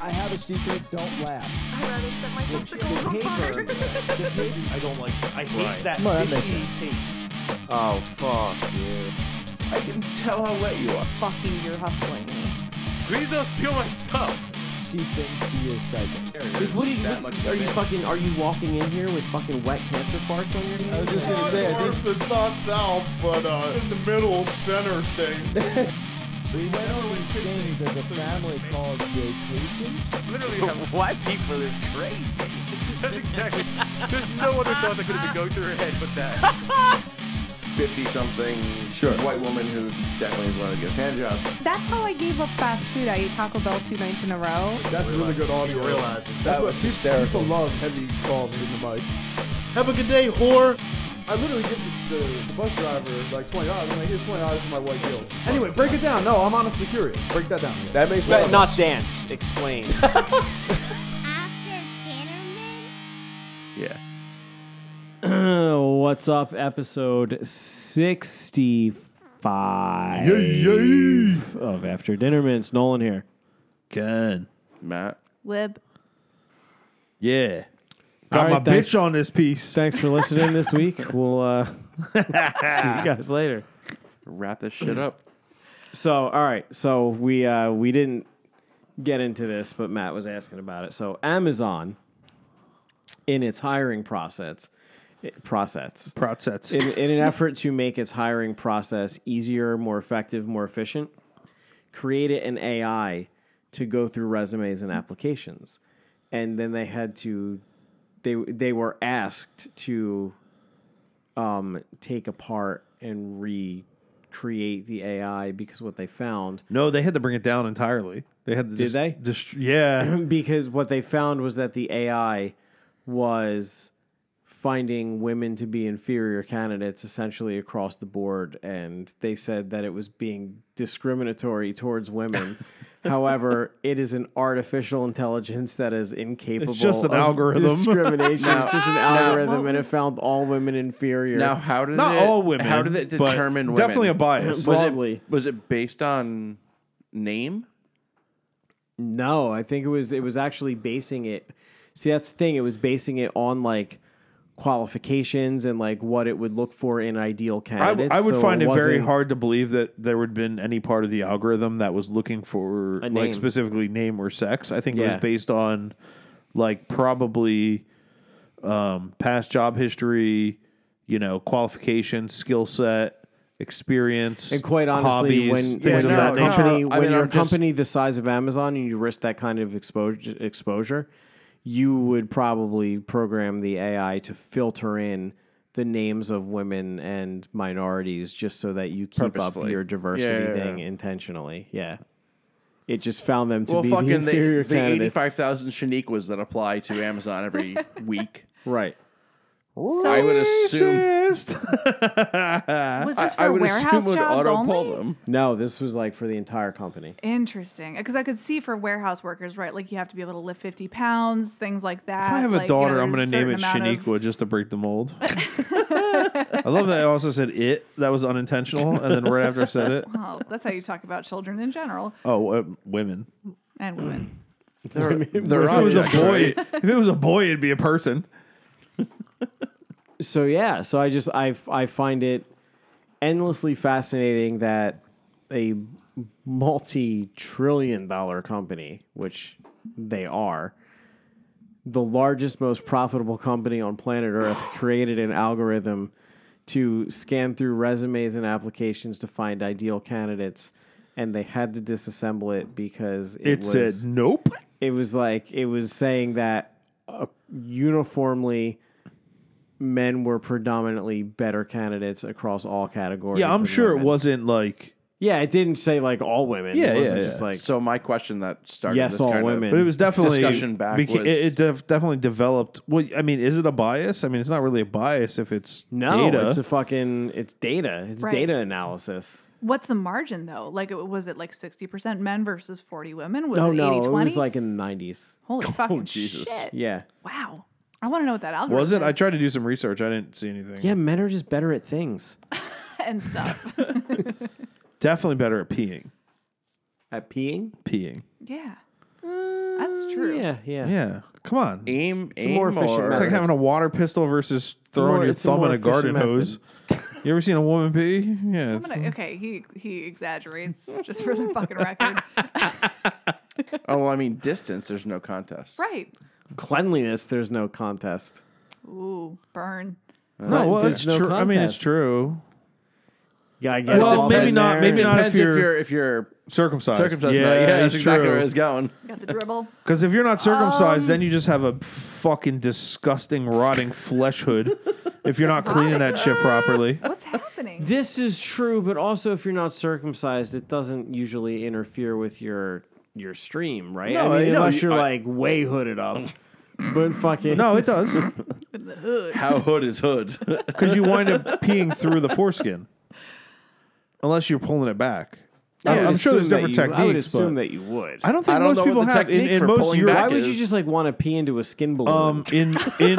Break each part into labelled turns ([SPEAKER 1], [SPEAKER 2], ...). [SPEAKER 1] I have a secret. Don't laugh.
[SPEAKER 2] I'd rather set my testicles
[SPEAKER 1] The
[SPEAKER 2] on
[SPEAKER 1] paper.
[SPEAKER 2] fire.
[SPEAKER 1] The paper.
[SPEAKER 3] I don't like that. I hate
[SPEAKER 4] Right.
[SPEAKER 3] that
[SPEAKER 1] Well, that makes
[SPEAKER 3] fishy taste.
[SPEAKER 4] Oh, fuck you.
[SPEAKER 5] I can tell how wet you are.
[SPEAKER 2] Fuck you, you're hustling me.
[SPEAKER 4] Please don't steal my stuff.
[SPEAKER 1] See things. See is psychic.
[SPEAKER 5] Like, what are you? Are you fucking? Are you walking in here with fucking wet cancer farts on your
[SPEAKER 1] I was
[SPEAKER 5] hands?
[SPEAKER 1] just gonna say. I think
[SPEAKER 6] it's not south, but uh, in the middle center thing.
[SPEAKER 1] we went on these things as a family called vacations.
[SPEAKER 4] Literally, white people is crazy. That's exactly. There's no other thought that could have been going through her head but that.
[SPEAKER 5] Fifty-something
[SPEAKER 6] Sure.
[SPEAKER 5] white woman who definitely is going to get a hand job.
[SPEAKER 7] That's how I gave up fast food. I ate Taco Bell two nights in a row.
[SPEAKER 6] That's really good audio.
[SPEAKER 4] realizes.
[SPEAKER 6] That's
[SPEAKER 8] That
[SPEAKER 6] what
[SPEAKER 8] was
[SPEAKER 6] pe-
[SPEAKER 8] hysterical.
[SPEAKER 6] people love heavy calls in the mics. Have a good day, whore. I literally give the, the, the bus driver like twenty dollars. I'm like, here's twenty dollars for my white guilt. Anyway, break it down. No, I'm honestly curious. Break that down.
[SPEAKER 5] That makes
[SPEAKER 3] But not dance. Explain.
[SPEAKER 9] After Bannerman?
[SPEAKER 4] Yeah.
[SPEAKER 3] What's up, episode 65 of After Dinner Mints. Nolan here.
[SPEAKER 6] Good.
[SPEAKER 4] Matt.
[SPEAKER 2] Lib.
[SPEAKER 6] Yeah.
[SPEAKER 3] Got All right, my thanks. bitch
[SPEAKER 6] on this piece.
[SPEAKER 3] Thanks for listening this week. We'll uh, see you guys later.
[SPEAKER 4] Wrap this shit up.
[SPEAKER 3] So, all right. So we uh, we didn't get into this, but Matt was asking about it. So Amazon, in its hiring process, it, process
[SPEAKER 6] Process.
[SPEAKER 3] in, in an effort to make its hiring process easier, more effective, more efficient, created an AI to go through resumes and applications. And then they had to they they were asked to um, take apart and recreate the AI because what they found
[SPEAKER 10] No, they had to bring it down entirely. They had to
[SPEAKER 3] Did
[SPEAKER 10] just,
[SPEAKER 3] they?
[SPEAKER 10] Just, yeah,
[SPEAKER 3] because what they found was that the AI was finding women to be inferior candidates essentially across the board and they said that it was being discriminatory towards women however it is an artificial intelligence that is incapable
[SPEAKER 10] just an
[SPEAKER 3] of
[SPEAKER 10] algorithm.
[SPEAKER 3] discrimination it's just an algorithm
[SPEAKER 2] What
[SPEAKER 3] and it
[SPEAKER 2] was-
[SPEAKER 3] found all women inferior
[SPEAKER 4] Now, how did
[SPEAKER 10] not
[SPEAKER 4] it,
[SPEAKER 10] all women.
[SPEAKER 4] How did it
[SPEAKER 10] but
[SPEAKER 4] determine women?
[SPEAKER 10] Definitely a bias.
[SPEAKER 4] was
[SPEAKER 3] Broadly.
[SPEAKER 4] it, was it based on name?
[SPEAKER 3] No, I think it was it was actually basing it. See, that's the thing. It was basing it on like qualifications and like what it would look for in ideal
[SPEAKER 10] I, w-
[SPEAKER 3] candidates.
[SPEAKER 10] I would
[SPEAKER 3] so
[SPEAKER 10] find it very
[SPEAKER 3] wasn't-
[SPEAKER 10] hard to believe that there would have been any part of the algorithm that was looking for
[SPEAKER 3] A name.
[SPEAKER 10] like specifically name or sex. I think it
[SPEAKER 3] Yeah.
[SPEAKER 10] was based on like probably um, past job history, you know, qualifications, skill set, experience,
[SPEAKER 3] And quite honestly,
[SPEAKER 10] hobbies,
[SPEAKER 3] when,
[SPEAKER 10] things
[SPEAKER 3] when
[SPEAKER 10] of
[SPEAKER 3] your
[SPEAKER 10] that nature.
[SPEAKER 3] company,
[SPEAKER 4] no, I
[SPEAKER 3] when
[SPEAKER 4] mean,
[SPEAKER 3] your
[SPEAKER 4] I'm just-
[SPEAKER 3] company the size of Amazon and you risk that kind of exposure, exposure, you would probably program the AI to filter in the names of women and minorities just so that you keep up
[SPEAKER 4] Purposefully.
[SPEAKER 3] your diversity
[SPEAKER 4] Yeah, yeah,
[SPEAKER 3] thing
[SPEAKER 4] yeah.
[SPEAKER 3] intentionally. Yeah. It just found them to
[SPEAKER 4] well,
[SPEAKER 3] be the
[SPEAKER 4] fucking
[SPEAKER 3] inferior
[SPEAKER 4] the, the
[SPEAKER 3] candidates.
[SPEAKER 4] eighty-five thousand Shaniquas that apply to Amazon every week.
[SPEAKER 3] Right.
[SPEAKER 4] I would assume.
[SPEAKER 2] Was
[SPEAKER 4] I,
[SPEAKER 10] Uh,
[SPEAKER 2] this for
[SPEAKER 4] I would assume
[SPEAKER 2] warehouse
[SPEAKER 4] would
[SPEAKER 2] jobs
[SPEAKER 4] auto pull
[SPEAKER 2] only?
[SPEAKER 4] them.
[SPEAKER 3] No, this was like for the entire company.
[SPEAKER 2] Interesting, because I could see for warehouse workers, right? Like you have to be able to lift fifty pounds, things like that.
[SPEAKER 10] If I have a
[SPEAKER 2] like, you know,
[SPEAKER 10] daughter, I'm going
[SPEAKER 2] there's
[SPEAKER 10] to name
[SPEAKER 2] a
[SPEAKER 10] it
[SPEAKER 2] certain amount of-
[SPEAKER 10] Shaniqua just to break the mold. I love that I also said it. That was unintentional. And then right after I said it,
[SPEAKER 2] Oh, that's how you talk about children in general
[SPEAKER 10] oh, uh, women.
[SPEAKER 2] and women.
[SPEAKER 4] They're,
[SPEAKER 10] If
[SPEAKER 4] they're
[SPEAKER 10] it was a
[SPEAKER 4] objects,
[SPEAKER 10] boy,
[SPEAKER 4] right?
[SPEAKER 10] if it was a boy, it'd be a person.
[SPEAKER 3] So yeah, so I just I I find it endlessly fascinating that a multi-trillion dollar company, which they are, the largest most profitable company on planet Earth created an algorithm to scan through resumes and applications to find ideal candidates and they had to disassemble it because it,
[SPEAKER 10] It
[SPEAKER 3] was
[SPEAKER 10] said nope.
[SPEAKER 3] it was like it was saying that uh, uniformly men were predominantly better candidates across all categories.
[SPEAKER 10] Yeah, I'm
[SPEAKER 3] than
[SPEAKER 10] sure it
[SPEAKER 3] women.
[SPEAKER 10] wasn't like,
[SPEAKER 3] Yeah, it didn't say like all women.
[SPEAKER 10] Yeah,
[SPEAKER 3] it
[SPEAKER 10] yeah,
[SPEAKER 3] wasn't
[SPEAKER 10] yeah.
[SPEAKER 3] just like
[SPEAKER 4] So my question that started
[SPEAKER 3] yes,
[SPEAKER 4] this
[SPEAKER 3] all
[SPEAKER 4] kind
[SPEAKER 3] women.
[SPEAKER 10] but it was definitely
[SPEAKER 4] Discussion back
[SPEAKER 10] beca-
[SPEAKER 4] was-
[SPEAKER 10] it, it def- definitely developed. Well, I mean, is it a bias? I mean, it's not really a bias if it's
[SPEAKER 3] no,
[SPEAKER 10] data.
[SPEAKER 3] it's a fucking it's data. It's
[SPEAKER 2] Right.
[SPEAKER 3] data analysis.
[SPEAKER 2] What's the margin though? Like, it- was it like sixty percent men versus forty women? Was
[SPEAKER 3] Oh
[SPEAKER 2] it 80,
[SPEAKER 3] no,
[SPEAKER 2] 20?
[SPEAKER 3] it was like in the 90s.
[SPEAKER 10] oh,
[SPEAKER 2] holy fucking
[SPEAKER 4] Jesus.
[SPEAKER 2] shit!
[SPEAKER 3] Yeah,
[SPEAKER 2] Wow, I want to know what that algorithm
[SPEAKER 10] was it? I
[SPEAKER 2] is
[SPEAKER 10] tried to do some research. I didn't see anything.
[SPEAKER 3] yeah, men are just better at things.
[SPEAKER 2] and stuff.
[SPEAKER 10] Definitely better at peeing.
[SPEAKER 3] At peeing,
[SPEAKER 10] Peeing.
[SPEAKER 2] yeah, That's true.
[SPEAKER 3] Yeah, yeah.
[SPEAKER 10] Yeah, come on.
[SPEAKER 4] Aim,
[SPEAKER 3] a
[SPEAKER 4] aim
[SPEAKER 3] more efficient
[SPEAKER 10] It's like
[SPEAKER 3] method.
[SPEAKER 10] having a water pistol versus throwing
[SPEAKER 3] more-
[SPEAKER 10] your
[SPEAKER 3] it's a
[SPEAKER 10] thumb
[SPEAKER 3] more
[SPEAKER 10] in a garden
[SPEAKER 3] efficient
[SPEAKER 10] hose. You ever seen a woman pee? Yeah.
[SPEAKER 2] I'm
[SPEAKER 10] it's-
[SPEAKER 2] gonna, okay, he he exaggerates just for the fucking record.
[SPEAKER 4] Oh, well, I mean, distance. There's no contest.
[SPEAKER 2] right.
[SPEAKER 3] Cleanliness, there's no contest.
[SPEAKER 2] Ooh, burn.
[SPEAKER 10] no, well,
[SPEAKER 3] There's
[SPEAKER 10] it's
[SPEAKER 3] no
[SPEAKER 10] true. I mean, it's
[SPEAKER 3] contest.
[SPEAKER 10] true.
[SPEAKER 3] You gotta get
[SPEAKER 10] Well,
[SPEAKER 3] it all
[SPEAKER 10] maybe
[SPEAKER 3] in
[SPEAKER 10] not-
[SPEAKER 3] there
[SPEAKER 10] maybe
[SPEAKER 3] and-
[SPEAKER 10] not if
[SPEAKER 4] Depends if
[SPEAKER 10] you're-
[SPEAKER 4] you're if you're
[SPEAKER 10] Circumcised.
[SPEAKER 4] circumcised.
[SPEAKER 10] Yeah,
[SPEAKER 4] Yeah, yeah that's
[SPEAKER 10] it's
[SPEAKER 4] exactly
[SPEAKER 10] true.
[SPEAKER 4] where it's going.
[SPEAKER 2] Got the dribble.
[SPEAKER 10] Because if you're not circumcised,
[SPEAKER 3] Um,
[SPEAKER 10] then you just have a fucking disgusting, rotting flesh hood. If you're not cleaning that shit properly,
[SPEAKER 2] What's happening?
[SPEAKER 3] This is true, but also if you're not circumcised, it doesn't usually interfere with your your stream, right?
[SPEAKER 4] No,
[SPEAKER 3] I mean,
[SPEAKER 4] I- no,
[SPEAKER 3] unless
[SPEAKER 4] you-
[SPEAKER 3] you're
[SPEAKER 4] I-
[SPEAKER 3] like way hooded up. but fucking
[SPEAKER 10] no, it does.
[SPEAKER 4] How hood is hood?
[SPEAKER 10] Because you wind up peeing through the foreskin, unless you're pulling it back.
[SPEAKER 3] I
[SPEAKER 10] I'm-
[SPEAKER 3] would
[SPEAKER 10] I'm sure there's
[SPEAKER 3] assume that
[SPEAKER 10] different
[SPEAKER 3] you-
[SPEAKER 10] techniques.
[SPEAKER 3] I would assume
[SPEAKER 10] but
[SPEAKER 3] that you would.
[SPEAKER 10] I don't think
[SPEAKER 4] I don't
[SPEAKER 10] most
[SPEAKER 4] know what
[SPEAKER 10] people
[SPEAKER 4] the
[SPEAKER 10] have. In,
[SPEAKER 4] technique
[SPEAKER 10] in
[SPEAKER 4] for
[SPEAKER 10] most
[SPEAKER 4] pulling
[SPEAKER 10] Europe,
[SPEAKER 3] Why
[SPEAKER 4] back
[SPEAKER 3] would you
[SPEAKER 4] is-
[SPEAKER 3] just like want to pee into a skin balloon?
[SPEAKER 10] um, in in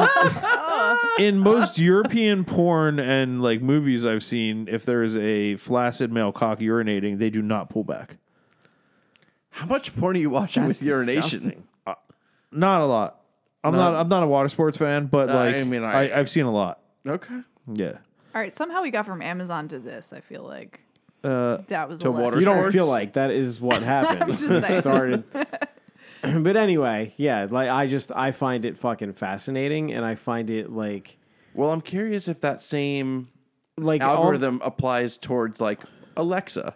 [SPEAKER 10] in most European porn and like movies I've seen, if there is a flaccid male cock urinating, they do not pull back.
[SPEAKER 4] How much porn are you watching
[SPEAKER 3] That's
[SPEAKER 4] with urination?
[SPEAKER 3] disgusting.
[SPEAKER 10] Not a lot. I'm not. I'm not a water sports fan, but
[SPEAKER 4] Uh,
[SPEAKER 10] like I
[SPEAKER 4] I mean,
[SPEAKER 10] I,
[SPEAKER 4] I-
[SPEAKER 10] have seen a lot.
[SPEAKER 4] Okay.
[SPEAKER 10] Yeah.
[SPEAKER 2] All right, somehow we got from Amazon to this. I feel like uh, that was
[SPEAKER 4] to
[SPEAKER 2] a lot.
[SPEAKER 4] water-
[SPEAKER 3] you don't
[SPEAKER 4] Sports.
[SPEAKER 3] feel like that is what happened.
[SPEAKER 2] just saying.
[SPEAKER 3] It started. but anyway, yeah, like I just I find it fucking fascinating, and I find it like
[SPEAKER 4] Well, I'm curious if that same
[SPEAKER 3] like
[SPEAKER 4] oh.
[SPEAKER 3] all-
[SPEAKER 4] algorithm applies towards like Alexa,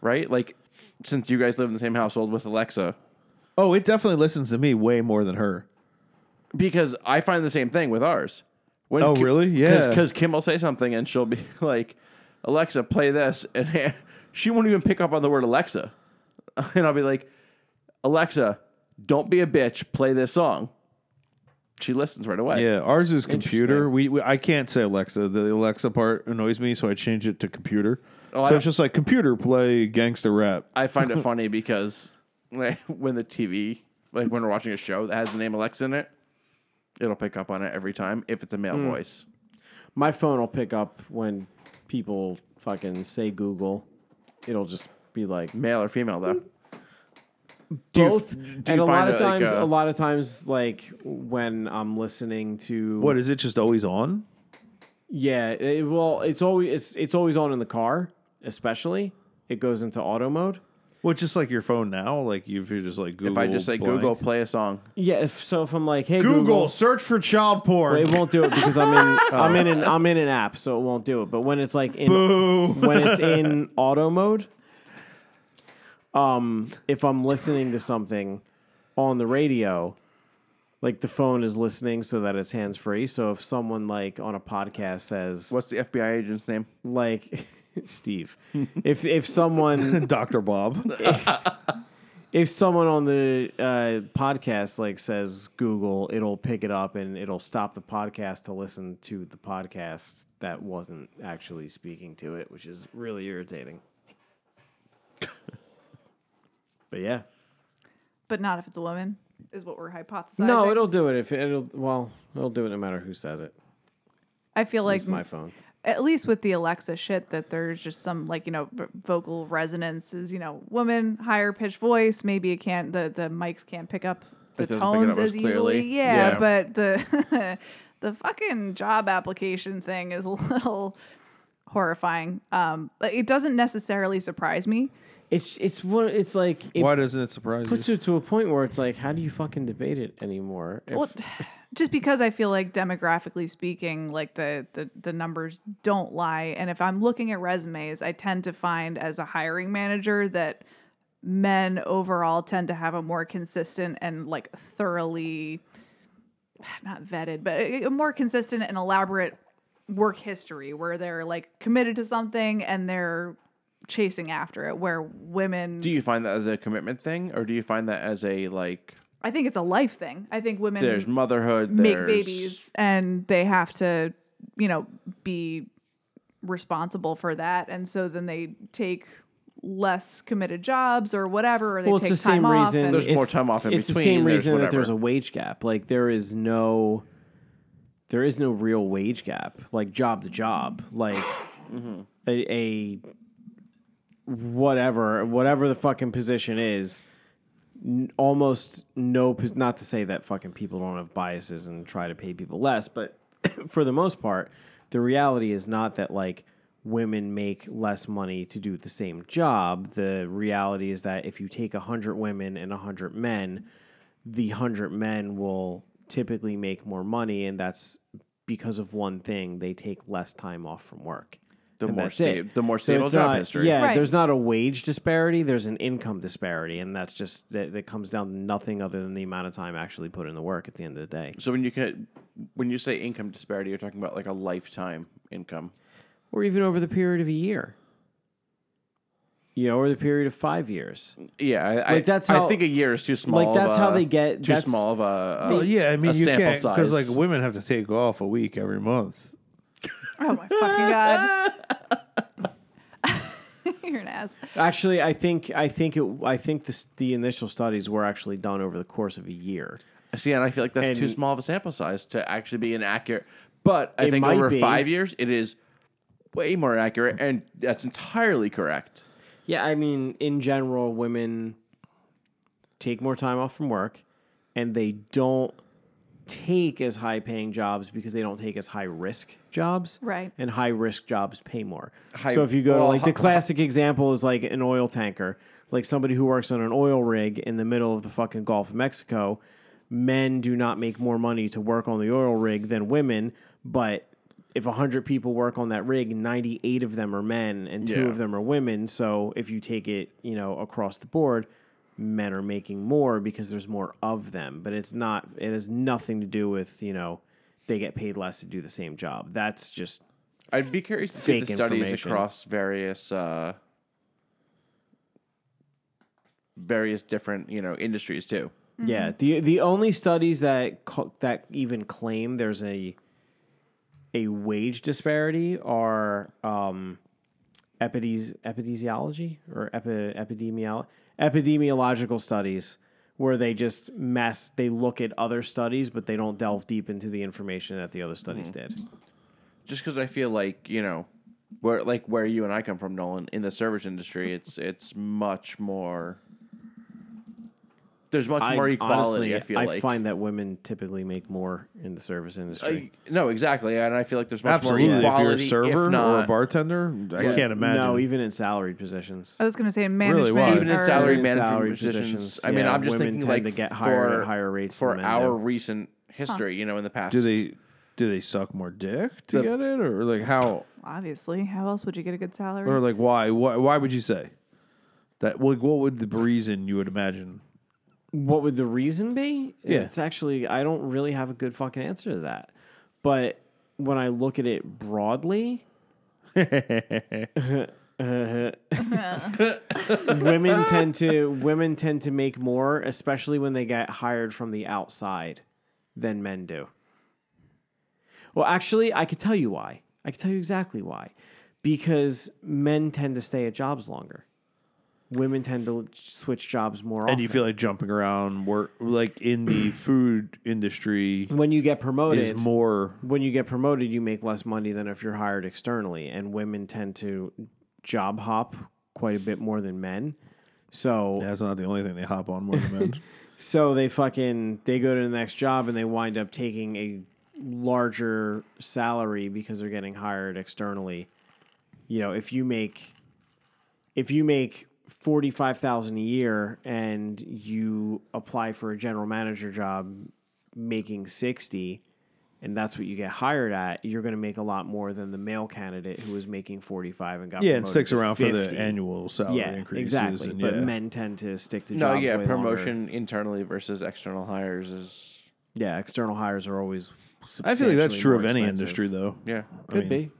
[SPEAKER 4] right? Like, since you guys live in the same household with Alexa,
[SPEAKER 10] Oh, it definitely listens to me way more than her.
[SPEAKER 4] because I find the same thing with ours. When
[SPEAKER 10] Oh, really? Yeah.
[SPEAKER 4] Because Kim will say something and she'll be like, "Alexa, play this," and she won't even pick up on the word Alexa, and I'll be like, "Alexa, don't be a bitch. Play this song." She listens right away.
[SPEAKER 10] Yeah, ours is computer.
[SPEAKER 4] Interesting.
[SPEAKER 10] We, we I can't say Alexa. The Alexa part annoys me, so I change it to computer.
[SPEAKER 4] Oh,
[SPEAKER 10] so
[SPEAKER 4] I-
[SPEAKER 10] it's just like computer play gangster rap.
[SPEAKER 4] I find it funny because like, when the TV, like when we're watching a show that has the name Alexa in it, it'll pick up on it every time if it's a male
[SPEAKER 10] Hmm.
[SPEAKER 4] voice.
[SPEAKER 3] my phone will pick up when people fucking say Google. It'll just be like
[SPEAKER 4] Male or female, though. you-
[SPEAKER 3] both.
[SPEAKER 4] do you
[SPEAKER 3] and a lot
[SPEAKER 4] find
[SPEAKER 3] of
[SPEAKER 4] that, like,
[SPEAKER 3] times,
[SPEAKER 4] uh,
[SPEAKER 3] a lot of times, like when I'm listening to
[SPEAKER 10] What is it? Just always on?
[SPEAKER 3] Yeah, it, well, it's always it's, it's always on in the car, especially. It goes into auto mode.
[SPEAKER 10] Well, just like your phone now. Like if you're just like Google.
[SPEAKER 4] If I just say
[SPEAKER 10] blank.
[SPEAKER 4] Google, play a song.
[SPEAKER 3] Yeah, if so, if I'm like, hey,
[SPEAKER 10] Google,
[SPEAKER 3] Google,
[SPEAKER 10] search for child porn.
[SPEAKER 3] it won't do it because I'm in I'm in an I'm in an app, so it won't do it. But when it's like in
[SPEAKER 10] Boo.
[SPEAKER 3] when it's in auto mode, um, if I'm listening to something on the radio, like the phone is listening so that it's hands free. So if someone like on a podcast says
[SPEAKER 4] What's the FBI agent's name?
[SPEAKER 3] like Steve, if if someone
[SPEAKER 10] Doctor Bob.
[SPEAKER 3] if someone on the uh, podcast like says Google, it'll pick it up and it'll stop the podcast to listen to the podcast that wasn't actually speaking to it, which is really irritating. but yeah,
[SPEAKER 2] but not if it's a woman, is what we're hypothesizing.
[SPEAKER 3] no, it'll do it if it, will Well, it'll do it no matter who says it.
[SPEAKER 2] I feel like
[SPEAKER 3] It's my phone.
[SPEAKER 2] at least with the Alexa shit, that there's just some like you know v- vocal resonances. You know, woman higher pitched voice. Maybe it can't the the mics can't pick up the
[SPEAKER 4] It doesn't pick it up
[SPEAKER 2] tones
[SPEAKER 4] as
[SPEAKER 2] as
[SPEAKER 4] clearly.
[SPEAKER 2] easily. Yeah,
[SPEAKER 4] Yeah.
[SPEAKER 2] but the the fucking job application thing is a little horrifying. Um, but it doesn't necessarily surprise me.
[SPEAKER 3] It's it's what it's like. It
[SPEAKER 10] Why doesn't it surprise you?
[SPEAKER 3] puts you to a point where it's like, how do you fucking debate it anymore? If-
[SPEAKER 2] Well, just because I feel like demographically speaking, like the, the the numbers don't lie, and if I'm looking at resumes, I tend to find as a hiring manager that men overall tend to have a more consistent and like thoroughly not vetted, but a a more consistent and elaborate work history where they're like committed to something and they're chasing after it where women
[SPEAKER 4] Do you find that as a commitment thing, or do you find that as a like?
[SPEAKER 2] I think it's a life thing. I think women
[SPEAKER 4] There's motherhood.
[SPEAKER 2] make
[SPEAKER 4] there's-
[SPEAKER 2] babies and they have to you know be responsible for that and so then they take less committed jobs or whatever or they
[SPEAKER 3] well,
[SPEAKER 2] take
[SPEAKER 3] it's the
[SPEAKER 2] time
[SPEAKER 3] same
[SPEAKER 2] off
[SPEAKER 3] reason.
[SPEAKER 2] and-
[SPEAKER 4] There's more time off in
[SPEAKER 3] it's
[SPEAKER 4] between,
[SPEAKER 3] the same
[SPEAKER 4] there's
[SPEAKER 3] reason that there's
[SPEAKER 4] whatever.
[SPEAKER 3] a wage gap. Like there is no, there is no real wage gap. Like job to job. Like
[SPEAKER 4] Mm-hmm.
[SPEAKER 3] a, a whatever, whatever the fucking position is. n- almost no, pos- not to say that fucking people don't have biases and try to pay people less, but for the most part, the reality is not that like women make less money to do the same job. The reality is that if you take 100 women and 100 men, the 100 men will typically make more money, and that's because of one thing they take less time off from work.
[SPEAKER 4] The
[SPEAKER 3] And
[SPEAKER 4] more
[SPEAKER 3] that's it.
[SPEAKER 4] sta- the more stable
[SPEAKER 3] it's
[SPEAKER 4] job
[SPEAKER 3] not-
[SPEAKER 4] history.
[SPEAKER 3] Yeah,
[SPEAKER 2] Right.
[SPEAKER 3] there's not a wage disparity. There's an income disparity, and that's just that, that comes down to nothing other than the amount of time actually put in the work at the end of the day.
[SPEAKER 4] So when you can, when you say income disparity, you're talking about like a lifetime income.
[SPEAKER 3] or even over the period of a year. You know, over the period of five years.
[SPEAKER 4] Yeah, I, I,
[SPEAKER 3] Like, that's how-
[SPEAKER 4] I think a year is too small.
[SPEAKER 3] that's
[SPEAKER 4] of a,
[SPEAKER 3] how they get-
[SPEAKER 4] too
[SPEAKER 3] that's-
[SPEAKER 4] small of a.
[SPEAKER 10] Well, yeah, I mean,
[SPEAKER 4] a
[SPEAKER 10] you
[SPEAKER 4] sample
[SPEAKER 10] can't because like
[SPEAKER 4] size.
[SPEAKER 10] women have to take off a week every month.
[SPEAKER 2] Oh my fucking god. You're an ass.
[SPEAKER 3] Actually, I think I think it I think this, the initial studies were actually done over the course of a year.
[SPEAKER 4] see, and I feel like that's too
[SPEAKER 3] and-
[SPEAKER 4] small of a sample size to actually be an accurate. But I
[SPEAKER 3] It
[SPEAKER 4] think
[SPEAKER 3] might
[SPEAKER 4] over
[SPEAKER 3] be.
[SPEAKER 4] five years, it is way more accurate, and that's entirely correct.
[SPEAKER 3] Yeah, I mean, in general, women take more time off from work, and they don't take as high paying jobs because they don't take as high risk jobs.
[SPEAKER 2] Right.
[SPEAKER 3] And high risk jobs pay more.
[SPEAKER 4] High-
[SPEAKER 3] so if you go to
[SPEAKER 4] well,
[SPEAKER 3] like the
[SPEAKER 4] hi-
[SPEAKER 3] classic example is like an oil tanker, like somebody who works on an oil rig in the middle of the fucking Gulf of Mexico, men do not make more money to work on the oil rig than women, but if 100 people work on that rig, 98 of them are men and two
[SPEAKER 4] Yeah.
[SPEAKER 3] of them are women. So if you take it, you know, across the board, men are making more because there's more of them. But it's not, it has nothing to do with, you know, they get paid less to do the same job. That's just
[SPEAKER 4] I'd be curious to see
[SPEAKER 3] Fake
[SPEAKER 4] the studies
[SPEAKER 3] information.
[SPEAKER 4] across various uh, various different you know industries too.
[SPEAKER 3] Yeah,
[SPEAKER 4] Mm-hmm.
[SPEAKER 3] the the only studies that ca- that even claim there's a a wage disparity are um, epides epidesiology or epi, epidemiolo- epidemiological studies where they just mess they look at other studies but they don't delve deep into the information that the other studies did.
[SPEAKER 4] Mm-hmm. just because I feel like you know, where like where you and I come from, Nolan, in the service industry, it's it's much more. There's much more equality. I feel like
[SPEAKER 3] find that women typically make more in the service industry.
[SPEAKER 4] I- no, exactly, and I feel like there's much
[SPEAKER 10] Absolutely.
[SPEAKER 4] more
[SPEAKER 10] If
[SPEAKER 4] equality.
[SPEAKER 10] you're a server
[SPEAKER 4] if not,
[SPEAKER 10] or a bartender, I can't imagine.
[SPEAKER 3] no, even in salaried positions.
[SPEAKER 2] I was gonna say in
[SPEAKER 10] Really,
[SPEAKER 2] management.
[SPEAKER 10] why?
[SPEAKER 4] even in
[SPEAKER 2] or-
[SPEAKER 4] salary
[SPEAKER 3] in
[SPEAKER 4] management
[SPEAKER 3] salary
[SPEAKER 4] positions,
[SPEAKER 3] positions,
[SPEAKER 4] I mean,
[SPEAKER 3] yeah,
[SPEAKER 4] I'm just
[SPEAKER 3] women
[SPEAKER 4] thinking
[SPEAKER 3] tend
[SPEAKER 4] like
[SPEAKER 3] to get higher
[SPEAKER 4] for,
[SPEAKER 3] at higher rates
[SPEAKER 4] for
[SPEAKER 3] than men
[SPEAKER 4] our
[SPEAKER 3] do.
[SPEAKER 4] recent history. You know, in the past,
[SPEAKER 10] do they do they suck more dick to
[SPEAKER 4] The-
[SPEAKER 10] get it, or like how,
[SPEAKER 2] Obviously. How else would you get a good salary?
[SPEAKER 10] or like why? Why, why would you say that? Like, what would the reason you would imagine?
[SPEAKER 3] What would the reason be?
[SPEAKER 10] Yeah.
[SPEAKER 3] It's actually I don't really have a good fucking answer to that. But when I look at it broadly, women tend to women tend to make more, especially when they get hired from the outside than men do. Well, actually, I could tell you why. I could tell you exactly why. Because men tend to stay at jobs longer. Women tend to switch jobs more often.
[SPEAKER 10] And you feel like jumping around work, like in the food industry,
[SPEAKER 3] when you get
[SPEAKER 10] is
[SPEAKER 3] promoted,
[SPEAKER 10] more
[SPEAKER 3] when you get promoted, you make less money than if you're hired externally, and women tend to job hop quite a bit more than men. So,
[SPEAKER 10] That's not the only thing they hop on more than men.
[SPEAKER 3] so they fucking they go to the next job and they wind up taking a larger salary because they're getting hired externally. You know, if you make if you make forty five thousand a year and you apply for a general manager job making sixty and that's what you get hired at, you're gonna make a lot more than the male candidate who was making forty five and got
[SPEAKER 10] yeah, and
[SPEAKER 3] promoted
[SPEAKER 10] sticks
[SPEAKER 3] to
[SPEAKER 10] around for
[SPEAKER 3] 50.
[SPEAKER 10] the annual salary
[SPEAKER 3] yeah,
[SPEAKER 10] increases.
[SPEAKER 3] exactly.
[SPEAKER 10] and
[SPEAKER 3] But
[SPEAKER 10] yeah.
[SPEAKER 3] men tend to stick to
[SPEAKER 4] no,
[SPEAKER 3] jobs.
[SPEAKER 4] yeah,
[SPEAKER 3] way longer.
[SPEAKER 4] promotion internally versus external hires is
[SPEAKER 3] Yeah, external hires are always.
[SPEAKER 10] I feel like that's
[SPEAKER 3] substantially
[SPEAKER 10] true
[SPEAKER 3] more
[SPEAKER 10] of any
[SPEAKER 3] expensive.
[SPEAKER 10] industry, though.
[SPEAKER 4] yeah.
[SPEAKER 3] Could be.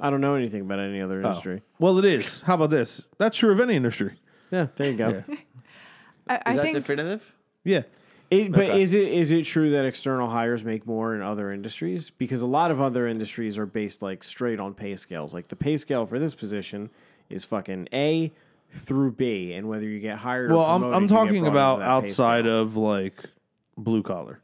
[SPEAKER 3] I don't know anything about any other
[SPEAKER 10] Oh.
[SPEAKER 3] industry.
[SPEAKER 10] Well, it is. How about this? That's true of any industry.
[SPEAKER 3] Yeah, there you go.
[SPEAKER 2] I, I
[SPEAKER 4] Is that
[SPEAKER 2] think
[SPEAKER 4] definitive?
[SPEAKER 10] Yeah.
[SPEAKER 3] It, but is it is it true that external hires make more in other industries? Because a lot of other industries are based like straight on pay scales. Like the pay scale for this position is fucking A through B, and whether you get hired.
[SPEAKER 10] Well,
[SPEAKER 3] or
[SPEAKER 10] I'm
[SPEAKER 3] promoted,
[SPEAKER 10] I'm
[SPEAKER 3] you get
[SPEAKER 10] talking
[SPEAKER 3] brought
[SPEAKER 10] about
[SPEAKER 3] into that pay
[SPEAKER 10] outside
[SPEAKER 3] scale.
[SPEAKER 10] of like blue collar.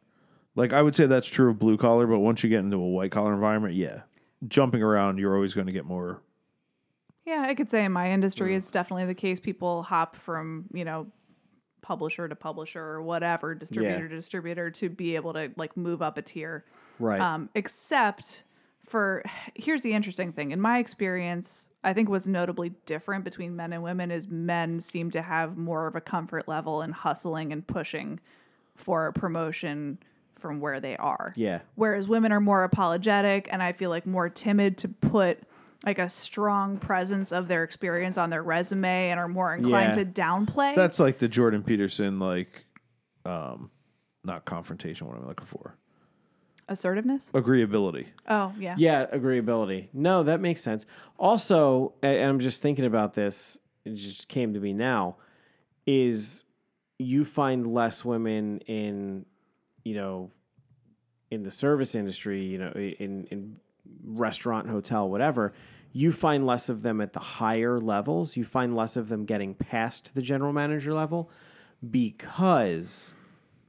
[SPEAKER 10] Like I would say that's true of blue collar, but once you get into a white collar environment, yeah, jumping around, you're always going to get more.
[SPEAKER 2] Yeah, I could say in my industry, it's definitely the case. People hop from, you know, publisher to publisher or whatever, distributor
[SPEAKER 3] Yeah.
[SPEAKER 2] to distributor to be able to like move up a tier.
[SPEAKER 3] Right.
[SPEAKER 2] Um, except for here's the interesting thing. In my experience, I think what's notably different between men and women is men seem to have more of a comfort level in hustling and pushing for a promotion from where they are.
[SPEAKER 3] Yeah.
[SPEAKER 2] Whereas women are more apologetic and I feel like more timid to put like a strong presence of their experience on their resume and are more inclined
[SPEAKER 3] Yeah.
[SPEAKER 2] to downplay.
[SPEAKER 10] That's like the Jordan Peterson, like, um, not confrontation. What I'm looking for,
[SPEAKER 2] assertiveness.
[SPEAKER 10] agreeability.
[SPEAKER 2] Oh, yeah.
[SPEAKER 3] Yeah, agreeability. No, that makes sense. Also, and and I'm just thinking about this, it just came to me now, is you find less women in, you know, in the service industry, you know, in, in restaurant, hotel, whatever, you find less of them at the higher levels. You find less of them getting past the general manager level because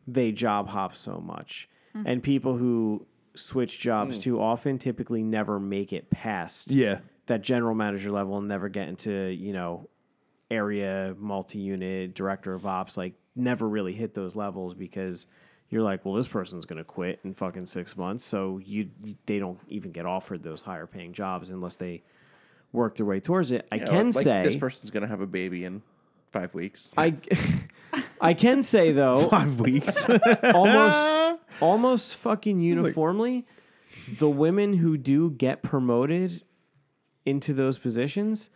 [SPEAKER 3] they job hop so much.
[SPEAKER 4] Mm.
[SPEAKER 3] And people who switch jobs too often typically never make it past
[SPEAKER 10] Yeah,
[SPEAKER 3] that general manager level and never get into, you know, area, multi unit, director of ops, like never really hit those levels because you're like, well, this person's going to quit in fucking six months. So you, they don't even get offered those higher paying jobs unless they work their way towards it. I
[SPEAKER 4] Yeah,
[SPEAKER 3] can
[SPEAKER 4] like, like,
[SPEAKER 3] say,
[SPEAKER 4] this person's gonna have a baby in five weeks.
[SPEAKER 3] I, I can say though,
[SPEAKER 10] five weeks.
[SPEAKER 3] almost almost fucking uniformly the women who do get promoted into those positions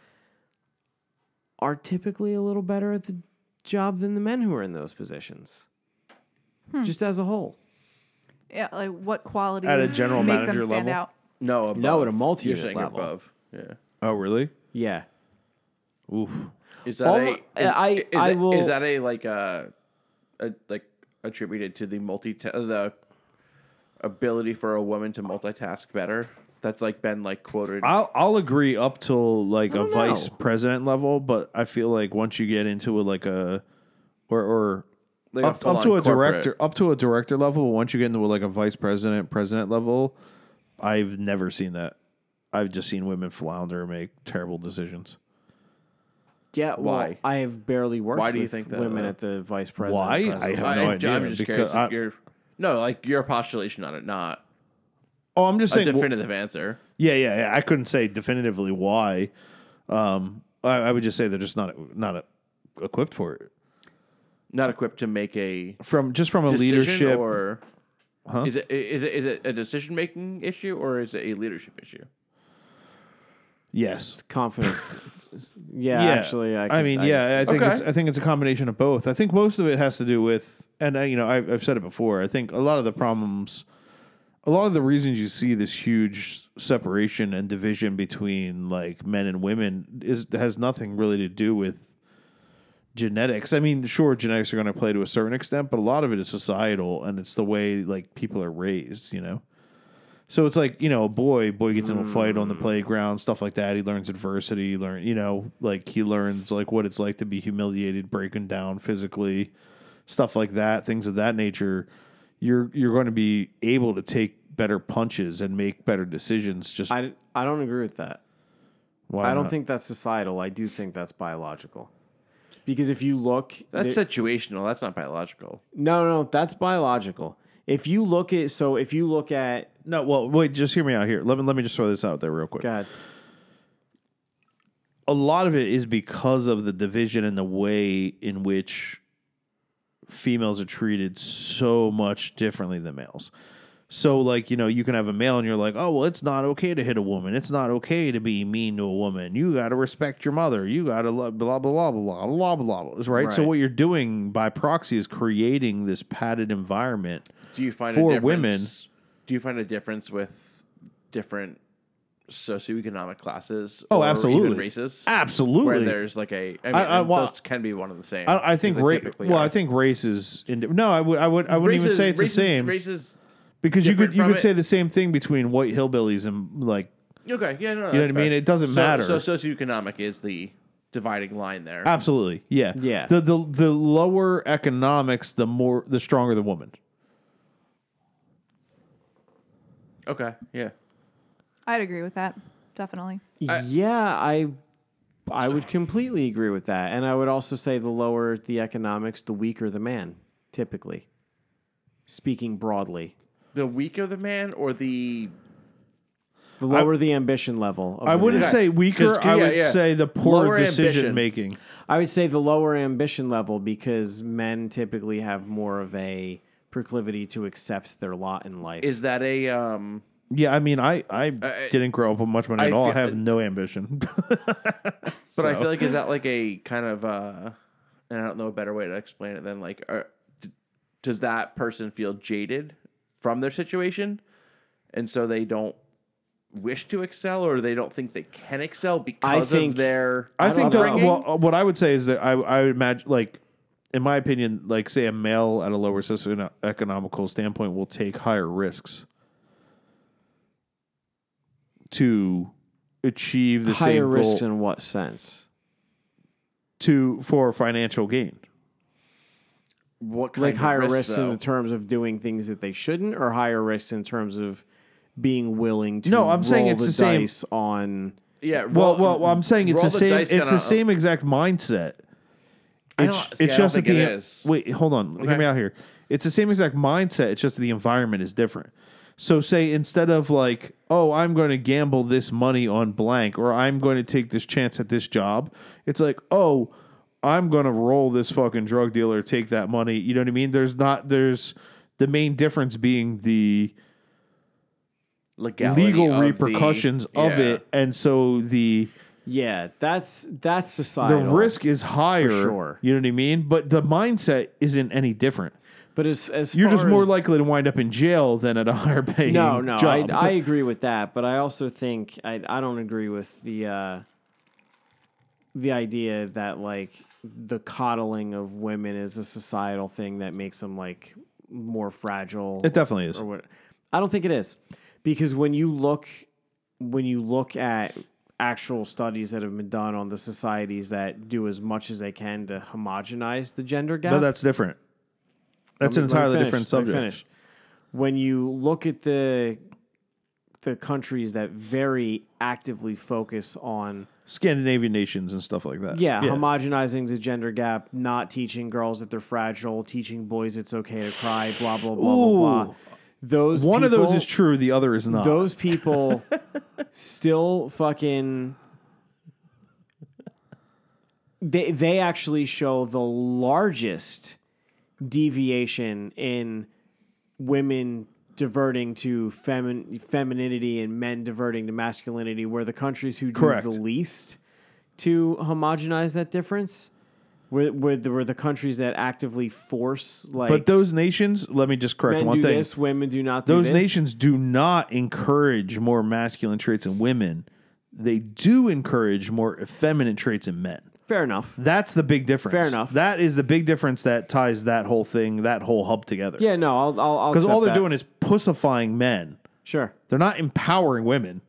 [SPEAKER 3] are typically a little better at the job than the men who are in those positions just as a whole
[SPEAKER 2] Yeah, like what qualities
[SPEAKER 10] At a general
[SPEAKER 2] make
[SPEAKER 10] manager
[SPEAKER 2] them stand
[SPEAKER 10] level?
[SPEAKER 2] out?
[SPEAKER 4] no, above.
[SPEAKER 3] no, at a multi-unit
[SPEAKER 4] You're saying
[SPEAKER 3] level.
[SPEAKER 4] above. Yeah.
[SPEAKER 10] oh, really?
[SPEAKER 3] yeah
[SPEAKER 10] Oof.
[SPEAKER 4] Is that
[SPEAKER 3] All
[SPEAKER 4] a?
[SPEAKER 3] my-
[SPEAKER 4] Is,
[SPEAKER 3] I-
[SPEAKER 4] is
[SPEAKER 3] I
[SPEAKER 4] it-
[SPEAKER 3] will-
[SPEAKER 4] is that a like uh, a like attributed to the multi uh, the ability for a woman to multitask better? That's like been like quoted.
[SPEAKER 10] I'll I'll agree up till like a
[SPEAKER 3] don't
[SPEAKER 10] vice
[SPEAKER 3] know.
[SPEAKER 10] president level, but I feel like once you get into a like a or or
[SPEAKER 4] Like
[SPEAKER 10] up, up
[SPEAKER 4] full-on
[SPEAKER 10] to a
[SPEAKER 4] corporate.
[SPEAKER 10] director up to a director level, once you get into like a vice president president level, I've never seen that. I've just seen women flounder make terrible decisions.
[SPEAKER 3] yeah well,
[SPEAKER 4] Why?
[SPEAKER 3] i have barely worked
[SPEAKER 4] Why do you
[SPEAKER 3] with
[SPEAKER 4] think that,
[SPEAKER 3] women
[SPEAKER 4] though?
[SPEAKER 3] at the vice president
[SPEAKER 10] Why? I
[SPEAKER 3] president.
[SPEAKER 10] have- no
[SPEAKER 4] I'm
[SPEAKER 10] idea,
[SPEAKER 4] just
[SPEAKER 10] because
[SPEAKER 4] curious
[SPEAKER 10] I-
[SPEAKER 4] if you're no like your postulation on it, not
[SPEAKER 10] Oh, I'm just
[SPEAKER 4] a
[SPEAKER 10] saying.
[SPEAKER 4] definitive answer.
[SPEAKER 10] yeah, yeah, yeah. I couldn't say definitively why. Um, I, I would just say they're just not not equipped for it.
[SPEAKER 4] Not equipped to make a
[SPEAKER 10] From just from a
[SPEAKER 4] decision
[SPEAKER 10] leadership
[SPEAKER 4] or is it is it is it a decision making issue or is it a leadership issue?
[SPEAKER 10] Yes.
[SPEAKER 3] confidence yeah, actually i, could-
[SPEAKER 10] mean,
[SPEAKER 3] could
[SPEAKER 10] yeah,
[SPEAKER 3] say-
[SPEAKER 10] I think
[SPEAKER 4] Okay.
[SPEAKER 10] it's I think it's a combination of both. I think most of it has to do with, and I, you know, I, I've said it before. I think a lot of the problems, a lot of the reasons you see this huge separation and division between like men and women is has nothing really to do with genetics. I mean, sure, genetics are going to play to a certain extent, but a lot of it is societal, and it's the way like people are raised. You know. So it's like you know, a boy, boy gets in a fight
[SPEAKER 3] Mm.
[SPEAKER 10] on the playground, stuff like that. He learns adversity, he learn you know, like he learns like what it's like to be humiliated, breaking down physically, stuff like that, things of that nature. You're you're going to be able to take better punches and make better decisions. Just
[SPEAKER 3] I, I don't agree with that
[SPEAKER 10] why
[SPEAKER 3] I don't
[SPEAKER 10] not?
[SPEAKER 3] think that's societal. I do think that's biological. Because if you look,
[SPEAKER 4] That's
[SPEAKER 3] the-
[SPEAKER 4] situational. That's not biological.
[SPEAKER 3] no, no, that's biological. If you look at, so if you look at,
[SPEAKER 10] no. Well, wait, just hear me out here. Let me let me just throw this out there real quick.
[SPEAKER 3] God,
[SPEAKER 10] a lot of it is because of the division and the way in which females are treated so much differently than males. So, like, you know, you can have a male and you're like, oh, well, it's not okay to hit a woman. It's not okay to be mean to a woman. You got to respect your mother. You got to blah, blah, blah, blah, blah, blah, blah, blah. Right? So,
[SPEAKER 3] Right.
[SPEAKER 10] what you're doing by proxy is creating this padded environment.
[SPEAKER 4] Do you find a
[SPEAKER 10] For
[SPEAKER 4] difference,
[SPEAKER 10] women-
[SPEAKER 4] Do you find a difference with different socioeconomic classes?
[SPEAKER 10] Oh,
[SPEAKER 4] or even
[SPEAKER 10] absolutely.
[SPEAKER 4] races. Where
[SPEAKER 10] Absolutely.
[SPEAKER 4] there's like a, I mean,
[SPEAKER 10] I-
[SPEAKER 4] and
[SPEAKER 10] well,
[SPEAKER 4] those can be one of the same.
[SPEAKER 10] I, I think,
[SPEAKER 4] because they
[SPEAKER 10] ra-
[SPEAKER 4] typically
[SPEAKER 10] well,
[SPEAKER 4] are.
[SPEAKER 10] I think race is, indi- no, I would, I would, I wouldn't even
[SPEAKER 4] Races-
[SPEAKER 10] say it's
[SPEAKER 4] races-
[SPEAKER 10] the same.
[SPEAKER 4] Races.
[SPEAKER 10] because you could
[SPEAKER 4] different
[SPEAKER 10] you
[SPEAKER 4] from
[SPEAKER 10] could
[SPEAKER 4] it.
[SPEAKER 10] say the same thing between white hillbillies and like
[SPEAKER 4] Okay. Yeah. No.
[SPEAKER 10] You know what I mean? It doesn't matter.
[SPEAKER 4] So socioeconomic is the dividing line there.
[SPEAKER 10] absolutely yeah
[SPEAKER 3] Yeah.
[SPEAKER 10] the the the lower economics the more the stronger the woman
[SPEAKER 4] okay. Yeah.
[SPEAKER 2] I'd agree with that. Definitely.
[SPEAKER 3] yeah, I I would completely agree with that. And I would also say the lower the economics, the weaker the man, typically. Speaking broadly,
[SPEAKER 4] The weaker the man or the
[SPEAKER 3] the lower the ambition level. Of
[SPEAKER 10] I
[SPEAKER 3] the
[SPEAKER 10] wouldn't
[SPEAKER 3] man.
[SPEAKER 10] say weaker.
[SPEAKER 4] Just-
[SPEAKER 10] I
[SPEAKER 4] yeah,
[SPEAKER 10] would
[SPEAKER 4] yeah.
[SPEAKER 10] say the poor
[SPEAKER 4] Lower ambition.
[SPEAKER 10] decision making.
[SPEAKER 3] I would say the lower ambition level because men typically have more of a proclivity to accept their lot in life.
[SPEAKER 4] is that a um
[SPEAKER 10] Yeah, I mean, I I
[SPEAKER 4] I-
[SPEAKER 10] didn't grow up with much money
[SPEAKER 4] I
[SPEAKER 10] at all. I
[SPEAKER 4] feel-
[SPEAKER 10] have no ambition.
[SPEAKER 4] But I feel like is that like a kind of uh and I don't know a better way to explain it than like are, d- does that person feel jaded from their situation and so they don't wish to excel or they don't think they can excel because
[SPEAKER 3] think-
[SPEAKER 4] of their
[SPEAKER 10] I, think
[SPEAKER 3] don't
[SPEAKER 10] that
[SPEAKER 3] know.
[SPEAKER 10] well, uh, what I would say is that I I would imagine like in my opinion, like say a male at a lower socioeconomical standpoint will take higher risks to achieve the
[SPEAKER 3] higher
[SPEAKER 10] same
[SPEAKER 3] risks
[SPEAKER 10] goal
[SPEAKER 3] in what sense?
[SPEAKER 10] to for financial gain.
[SPEAKER 4] what kind
[SPEAKER 3] Like
[SPEAKER 4] of
[SPEAKER 3] higher
[SPEAKER 4] risk,
[SPEAKER 3] risks
[SPEAKER 4] though?
[SPEAKER 3] in the terms of doing things that they shouldn't, or higher risks in terms of being willing to
[SPEAKER 10] No, I'm saying
[SPEAKER 3] roll
[SPEAKER 10] it's
[SPEAKER 3] the
[SPEAKER 10] the same-
[SPEAKER 3] dice on
[SPEAKER 4] yeah
[SPEAKER 10] Well,
[SPEAKER 4] roll-
[SPEAKER 10] well, well, I'm saying it's
[SPEAKER 4] roll
[SPEAKER 10] the
[SPEAKER 4] the
[SPEAKER 10] same.
[SPEAKER 4] dice
[SPEAKER 10] it's
[SPEAKER 4] kinda-
[SPEAKER 10] the same exact mindset.
[SPEAKER 4] I
[SPEAKER 10] It's,
[SPEAKER 4] don't- see,
[SPEAKER 10] it's
[SPEAKER 4] I don't
[SPEAKER 10] just
[SPEAKER 4] think
[SPEAKER 10] that the
[SPEAKER 4] it is.
[SPEAKER 10] wait, hold on, hear me out here. It's the same exact mindset. It's just that the environment is different. So say instead of like, oh, I'm going to gamble this money on blank, or I'm going to take this chance at this job. It's like, oh, I'm going to roll this fucking drug dealer, take that money. You know what I mean? There's not there's the main difference being the
[SPEAKER 4] legality
[SPEAKER 10] legal
[SPEAKER 4] of the-
[SPEAKER 10] repercussions
[SPEAKER 4] yeah.
[SPEAKER 10] of it, and so the
[SPEAKER 3] Yeah, that's that's
[SPEAKER 10] the
[SPEAKER 3] societal.
[SPEAKER 10] risk is higher.
[SPEAKER 3] sure.
[SPEAKER 10] You know what I mean? But the mindset isn't any different.
[SPEAKER 3] but as as
[SPEAKER 10] You're
[SPEAKER 3] far
[SPEAKER 10] just more
[SPEAKER 3] as-
[SPEAKER 10] likely to wind up in jail than at a higher paying
[SPEAKER 3] no no. I,
[SPEAKER 10] job.
[SPEAKER 3] I agree with that, but I also think I I don't agree with the uh, the idea that like the coddling of women is a societal thing that makes them like more fragile.
[SPEAKER 10] it definitely is.
[SPEAKER 3] or what I don't think it is because when you look when you look at actual studies that have been done on the societies that do as much as they can to homogenize the gender gap
[SPEAKER 10] No, that's different. That's an
[SPEAKER 3] Let me- let me
[SPEAKER 10] entirely
[SPEAKER 3] finish,
[SPEAKER 10] different
[SPEAKER 3] let me
[SPEAKER 10] subject.
[SPEAKER 3] finish. When you look at the the countries that very actively focus on
[SPEAKER 10] Scandinavian nations and stuff like that.
[SPEAKER 3] yeah, homogenizing the gender gap, not teaching girls that they're fragile, teaching boys it's okay to cry, blah blah blah blah blah. Those
[SPEAKER 10] One of those
[SPEAKER 3] people-
[SPEAKER 10] is true, the other is not.
[SPEAKER 3] Those people still fucking they they actually show the largest deviation in women diverting to femin- femininity and men diverting to masculinity where the countries who do
[SPEAKER 10] Correct.
[SPEAKER 3] the least to homogenize that difference were, were, the, were the countries that actively force like
[SPEAKER 10] but those nations, let me just correct
[SPEAKER 3] men
[SPEAKER 10] one
[SPEAKER 3] do
[SPEAKER 10] thing.
[SPEAKER 3] this women do not do
[SPEAKER 10] Those
[SPEAKER 3] this.
[SPEAKER 10] nations do not encourage more masculine traits in women. They do encourage more effeminate traits in men.
[SPEAKER 3] fair enough
[SPEAKER 10] That's the big difference.
[SPEAKER 3] Fair enough.
[SPEAKER 10] That is the big difference that ties that whole thing, that whole hub together.
[SPEAKER 3] Yeah, no, I'll, I'll, I'll
[SPEAKER 10] Because all
[SPEAKER 3] accept
[SPEAKER 10] they're
[SPEAKER 3] that.
[SPEAKER 10] doing is pussifying men.
[SPEAKER 3] sure,
[SPEAKER 10] They're not empowering women.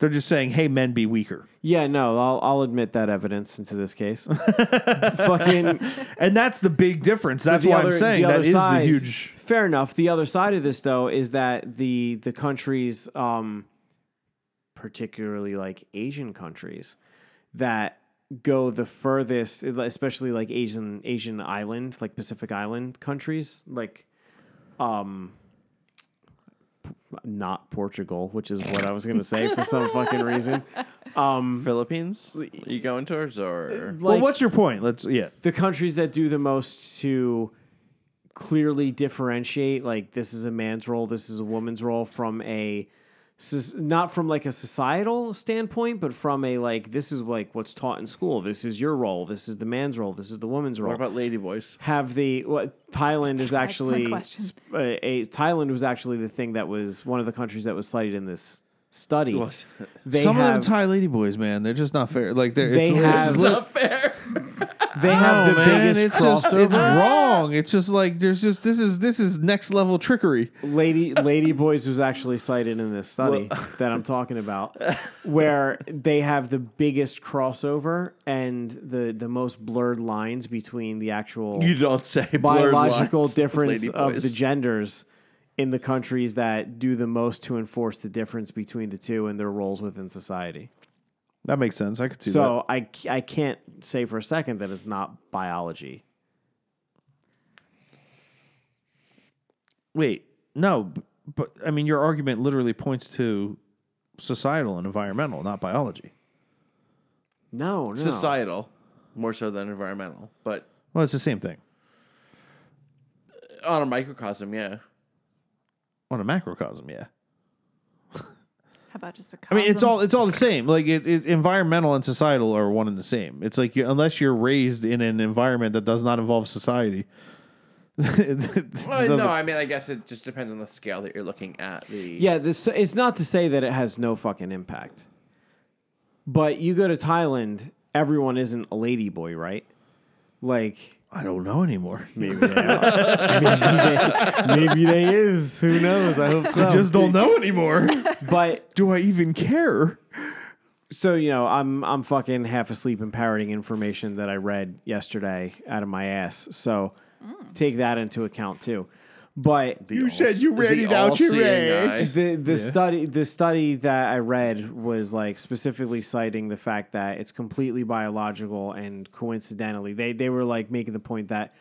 [SPEAKER 10] They're just saying, hey, men be weaker.
[SPEAKER 3] yeah, no, I'll, I'll admit that evidence into this case. Fucking,
[SPEAKER 10] And that's the big difference. That's
[SPEAKER 3] the
[SPEAKER 10] why
[SPEAKER 3] other,
[SPEAKER 10] I'm saying
[SPEAKER 3] the
[SPEAKER 10] that
[SPEAKER 3] other
[SPEAKER 10] is
[SPEAKER 3] side,
[SPEAKER 10] the huge.
[SPEAKER 3] Fair enough. The other side of this, though, is that the the countries, um, particularly like Asian countries, that go the furthest, especially like Asian Asian island, like Pacific Island countries, like, um. Not Portugal, which is what I was going to say for some fucking reason.
[SPEAKER 4] Philippines Are you going towards or
[SPEAKER 10] Well,
[SPEAKER 3] Like,
[SPEAKER 10] what's your point? Let's, yeah.
[SPEAKER 3] the countries that do the most to clearly differentiate like this is a man's role this is a woman's role from a soc- not from like a societal standpoint but from a like this is like what's taught in school this is your role this is the man's role this is the woman's role
[SPEAKER 4] what about ladyboys
[SPEAKER 3] have the what Thailand is actually
[SPEAKER 2] question.
[SPEAKER 3] sp- a, a Thailand was actually the thing that was one of the countries that was cited in this study
[SPEAKER 4] Was-
[SPEAKER 3] they
[SPEAKER 10] Some
[SPEAKER 3] have,
[SPEAKER 10] of them Thai ladyboys, man, they're just not fair. Like they're
[SPEAKER 3] they
[SPEAKER 10] it's,
[SPEAKER 3] have,
[SPEAKER 10] it's, li-
[SPEAKER 3] they have the biggest
[SPEAKER 10] Oh, it's
[SPEAKER 3] crossover.
[SPEAKER 10] just it's wrong. It's just like there's just this is this is next level trickery.
[SPEAKER 3] Lady Lady Boys was actually cited in this study that I'm talking about, where they have the biggest crossover and the the most blurred lines between the actual
[SPEAKER 4] you don't say blurred
[SPEAKER 3] biological
[SPEAKER 4] lines with
[SPEAKER 3] difference of
[SPEAKER 4] ladyboys.
[SPEAKER 3] the genders in the countries that do the most to enforce the difference between the two and their roles within society.
[SPEAKER 10] That makes sense. I could see that.
[SPEAKER 5] So I, c- I can't say for a second that it's not biology.
[SPEAKER 10] Wait, no, b- but I mean, your argument literally points to societal and environmental, not biology.
[SPEAKER 5] No, no.
[SPEAKER 4] Societal, more so than environmental, but
[SPEAKER 10] Well, it's the same thing
[SPEAKER 4] on a microcosm, yeah.
[SPEAKER 10] on a macrocosm. Yeah,
[SPEAKER 2] How about just a
[SPEAKER 10] I
[SPEAKER 2] cosm?
[SPEAKER 10] mean, it's all it's all the same. Like, it, it's environmental and societal are one and the same. It's like you, unless you're raised in an environment that does not involve society. it- it
[SPEAKER 4] Well,
[SPEAKER 10] doesn't-
[SPEAKER 4] no, I mean, I guess it just depends on the scale that you're looking at. The
[SPEAKER 5] Yeah, this it's not to say that it has no fucking impact. But you go to Thailand, everyone isn't a ladyboy, right? Like
[SPEAKER 10] I don't know anymore.
[SPEAKER 5] maybe they are. maybe, they, maybe they is. Who knows? I hope so.
[SPEAKER 10] I just don't know anymore.
[SPEAKER 5] but
[SPEAKER 10] Do I even care?
[SPEAKER 5] so you know, I'm I'm fucking half asleep and parroting information that I read yesterday out of my ass. So take that into account too. But
[SPEAKER 10] You said you read
[SPEAKER 4] the
[SPEAKER 10] it out your
[SPEAKER 4] all-seeing
[SPEAKER 10] ass.
[SPEAKER 5] the the study the study that I read was like specifically citing the fact that it's completely biological and coincidentally they they were like making the point that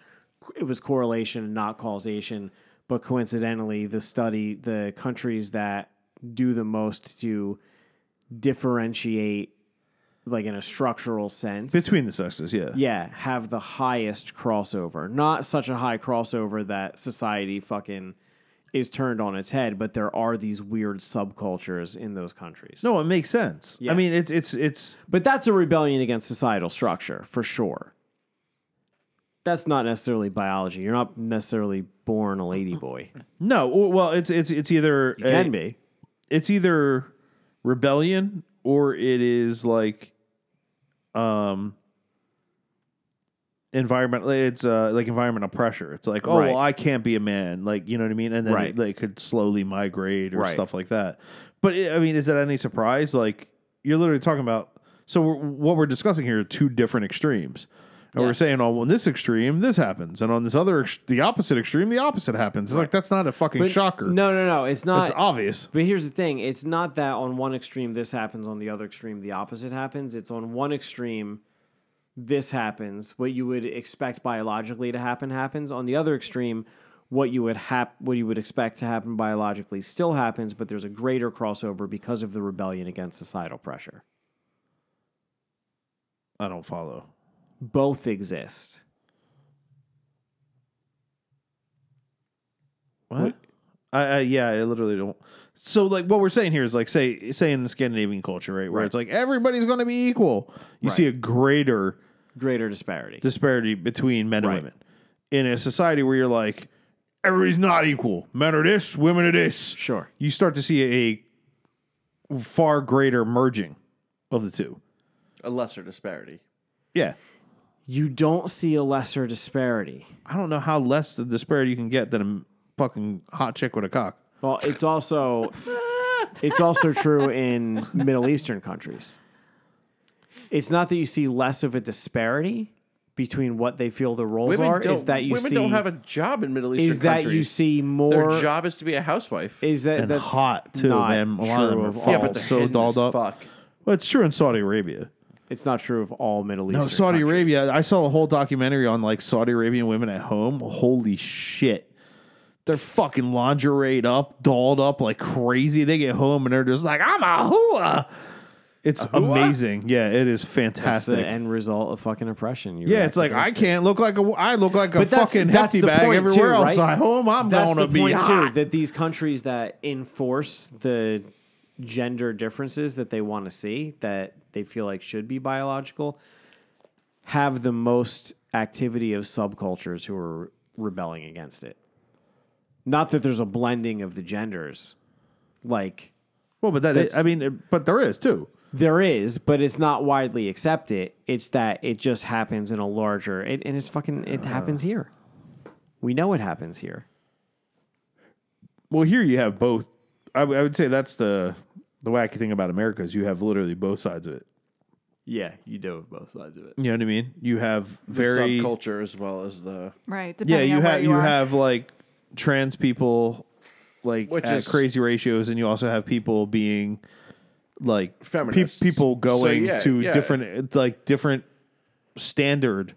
[SPEAKER 5] it was correlation and not causation but coincidentally the study the countries that do the most to differentiate like in a structural sense
[SPEAKER 10] Between the sexes, yeah.
[SPEAKER 5] yeah, have the highest crossover. Not such a high crossover that society fucking is turned on its head, but there are these weird subcultures in those countries.
[SPEAKER 10] No, it makes sense.
[SPEAKER 5] Yeah.
[SPEAKER 10] I mean, it's it's it's
[SPEAKER 5] But that's a rebellion against societal structure, for sure. That's not necessarily biology. You're not necessarily born a ladyboy.
[SPEAKER 10] No, w- well, it's it's it's either
[SPEAKER 5] You can be.
[SPEAKER 10] it's either rebellion or it is like um environmental it's uh like environmental pressure. It's like, oh,
[SPEAKER 5] Right.
[SPEAKER 10] well, I can't be a man, like, you know what I mean? And then
[SPEAKER 5] Right.
[SPEAKER 10] it like could slowly migrate or
[SPEAKER 5] Right.
[SPEAKER 10] stuff like that. But it, I mean, is that any surprise? Like you're literally talking about so we're, what we're discussing here are two different extremes. And we're
[SPEAKER 5] Yes.
[SPEAKER 10] saying on on this extreme this happens and on this other ex- the opposite extreme the opposite happens. It's like that's not a fucking
[SPEAKER 5] But-
[SPEAKER 10] shocker.
[SPEAKER 5] No, no, no. It's not.
[SPEAKER 10] It's obvious.
[SPEAKER 5] But here's the thing: it's not that on one extreme this happens, on the other extreme the opposite happens. It's on one extreme this happens, what you would expect biologically to happen happens. On the other extreme, what you would hap- what you would expect to happen biologically still happens, but there's a greater crossover because of the rebellion against societal pressure.
[SPEAKER 10] I don't follow.
[SPEAKER 5] Both exist.
[SPEAKER 10] What? I, I yeah, I literally don't. So like what we're saying here is like say say in the Scandinavian culture, right, where
[SPEAKER 5] Right.
[SPEAKER 10] it's like everybody's going to be equal. You see a greater
[SPEAKER 5] Greater disparity.
[SPEAKER 10] disparity between men
[SPEAKER 5] Right.
[SPEAKER 10] and women in a society where you're like everybody's not equal. Men are this, women are this.
[SPEAKER 5] Sure.
[SPEAKER 10] You start to see a far greater merging of the two.
[SPEAKER 4] a lesser disparity.
[SPEAKER 10] Yeah.
[SPEAKER 5] You don't see a lesser disparity.
[SPEAKER 10] I don't know how less the disparity you can get than a fucking hot chick with a cock.
[SPEAKER 5] Well, it's also it's also true in Middle Eastern countries. It's not that you see less of a disparity between what they feel the roles
[SPEAKER 4] Women
[SPEAKER 5] are.
[SPEAKER 4] don't,
[SPEAKER 5] Is that you
[SPEAKER 4] women
[SPEAKER 5] see
[SPEAKER 4] don't have a job in Middle Eastern
[SPEAKER 5] is that you
[SPEAKER 4] countries.
[SPEAKER 5] see
[SPEAKER 4] Their
[SPEAKER 5] more
[SPEAKER 4] job is to be a housewife.
[SPEAKER 5] is that
[SPEAKER 10] And
[SPEAKER 5] that's
[SPEAKER 10] hot, too,
[SPEAKER 5] not
[SPEAKER 10] man. A lot of
[SPEAKER 5] true
[SPEAKER 10] them are
[SPEAKER 5] all-
[SPEAKER 10] fucking-
[SPEAKER 4] yeah, but they're
[SPEAKER 10] so
[SPEAKER 4] hidden
[SPEAKER 10] dolled
[SPEAKER 4] as
[SPEAKER 10] up.
[SPEAKER 4] Fuck.
[SPEAKER 10] Well, it's true in Saudi Arabia.
[SPEAKER 5] it's not true of all Middle Eastern.
[SPEAKER 10] No, Saudi
[SPEAKER 5] countries.
[SPEAKER 10] Arabia. I saw a whole documentary on like Saudi Arabian women at home. Holy shit. They're fucking lingerie up, dolled up like crazy. They get home and they're just like, I'm a hua. It's amazing. Yeah, it is
[SPEAKER 5] That's the
[SPEAKER 10] fantastic.
[SPEAKER 5] end result of fucking oppression. You
[SPEAKER 10] yeah,
[SPEAKER 5] react
[SPEAKER 10] it's like I
[SPEAKER 5] against it.
[SPEAKER 10] can't look like a. I look like a
[SPEAKER 5] But that's-
[SPEAKER 10] fucking
[SPEAKER 5] that's
[SPEAKER 10] hefty
[SPEAKER 5] the
[SPEAKER 10] bag
[SPEAKER 5] point,
[SPEAKER 10] everywhere
[SPEAKER 5] too,
[SPEAKER 10] else.
[SPEAKER 5] right?
[SPEAKER 10] At home, I'm
[SPEAKER 5] That's
[SPEAKER 10] gonna
[SPEAKER 5] the
[SPEAKER 10] be
[SPEAKER 5] point
[SPEAKER 10] hot.
[SPEAKER 5] too that these countries that enforce the gender differences that they want to see that they feel like should be biological have the most activity of subcultures who are rebelling against it. Not that there's a blending of the genders, like
[SPEAKER 10] Well, but that is, I mean, it- but there is too.
[SPEAKER 5] there is, but it's not widely accepted. It's that it just happens in a larger, it, and it's fucking, it happens here. We know it happens here.
[SPEAKER 10] Well, here you have both. I, w- I would say that's the the wacky thing about America is you have literally both sides of it.
[SPEAKER 5] Yeah, you do have both sides of it.
[SPEAKER 10] You know what I mean? You have very
[SPEAKER 4] subculture as well as the
[SPEAKER 2] right.
[SPEAKER 10] yeah.
[SPEAKER 2] Depending
[SPEAKER 10] You
[SPEAKER 2] on where
[SPEAKER 10] have you,
[SPEAKER 2] are.
[SPEAKER 10] have like trans people like
[SPEAKER 4] Which
[SPEAKER 10] at
[SPEAKER 4] is-
[SPEAKER 10] crazy ratios, and you also have people being like pe-
[SPEAKER 4] Feminists.
[SPEAKER 10] people going
[SPEAKER 4] yeah,
[SPEAKER 10] to
[SPEAKER 4] yeah.
[SPEAKER 10] different like different standard,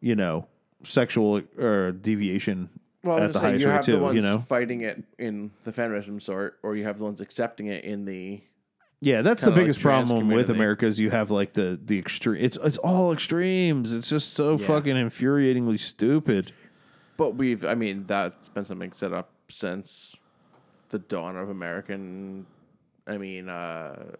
[SPEAKER 10] you know, sexual or deviation
[SPEAKER 4] Well, I'm
[SPEAKER 10] at
[SPEAKER 4] just
[SPEAKER 10] the
[SPEAKER 4] saying
[SPEAKER 10] highest
[SPEAKER 4] you
[SPEAKER 10] rate
[SPEAKER 4] have the
[SPEAKER 10] too.
[SPEAKER 4] ones
[SPEAKER 10] You know,
[SPEAKER 4] fighting it in the feminism sort, or you have the ones accepting it in the
[SPEAKER 10] yeah, that's the
[SPEAKER 4] kinda like
[SPEAKER 10] biggest
[SPEAKER 4] trans
[SPEAKER 10] problem with
[SPEAKER 4] community.
[SPEAKER 10] America is you have like the the extreme. It's it's all extremes. It's just so fucking infuriatingly stupid.
[SPEAKER 4] But we've, I mean, that's been something set up since the dawn of American, I mean, uh,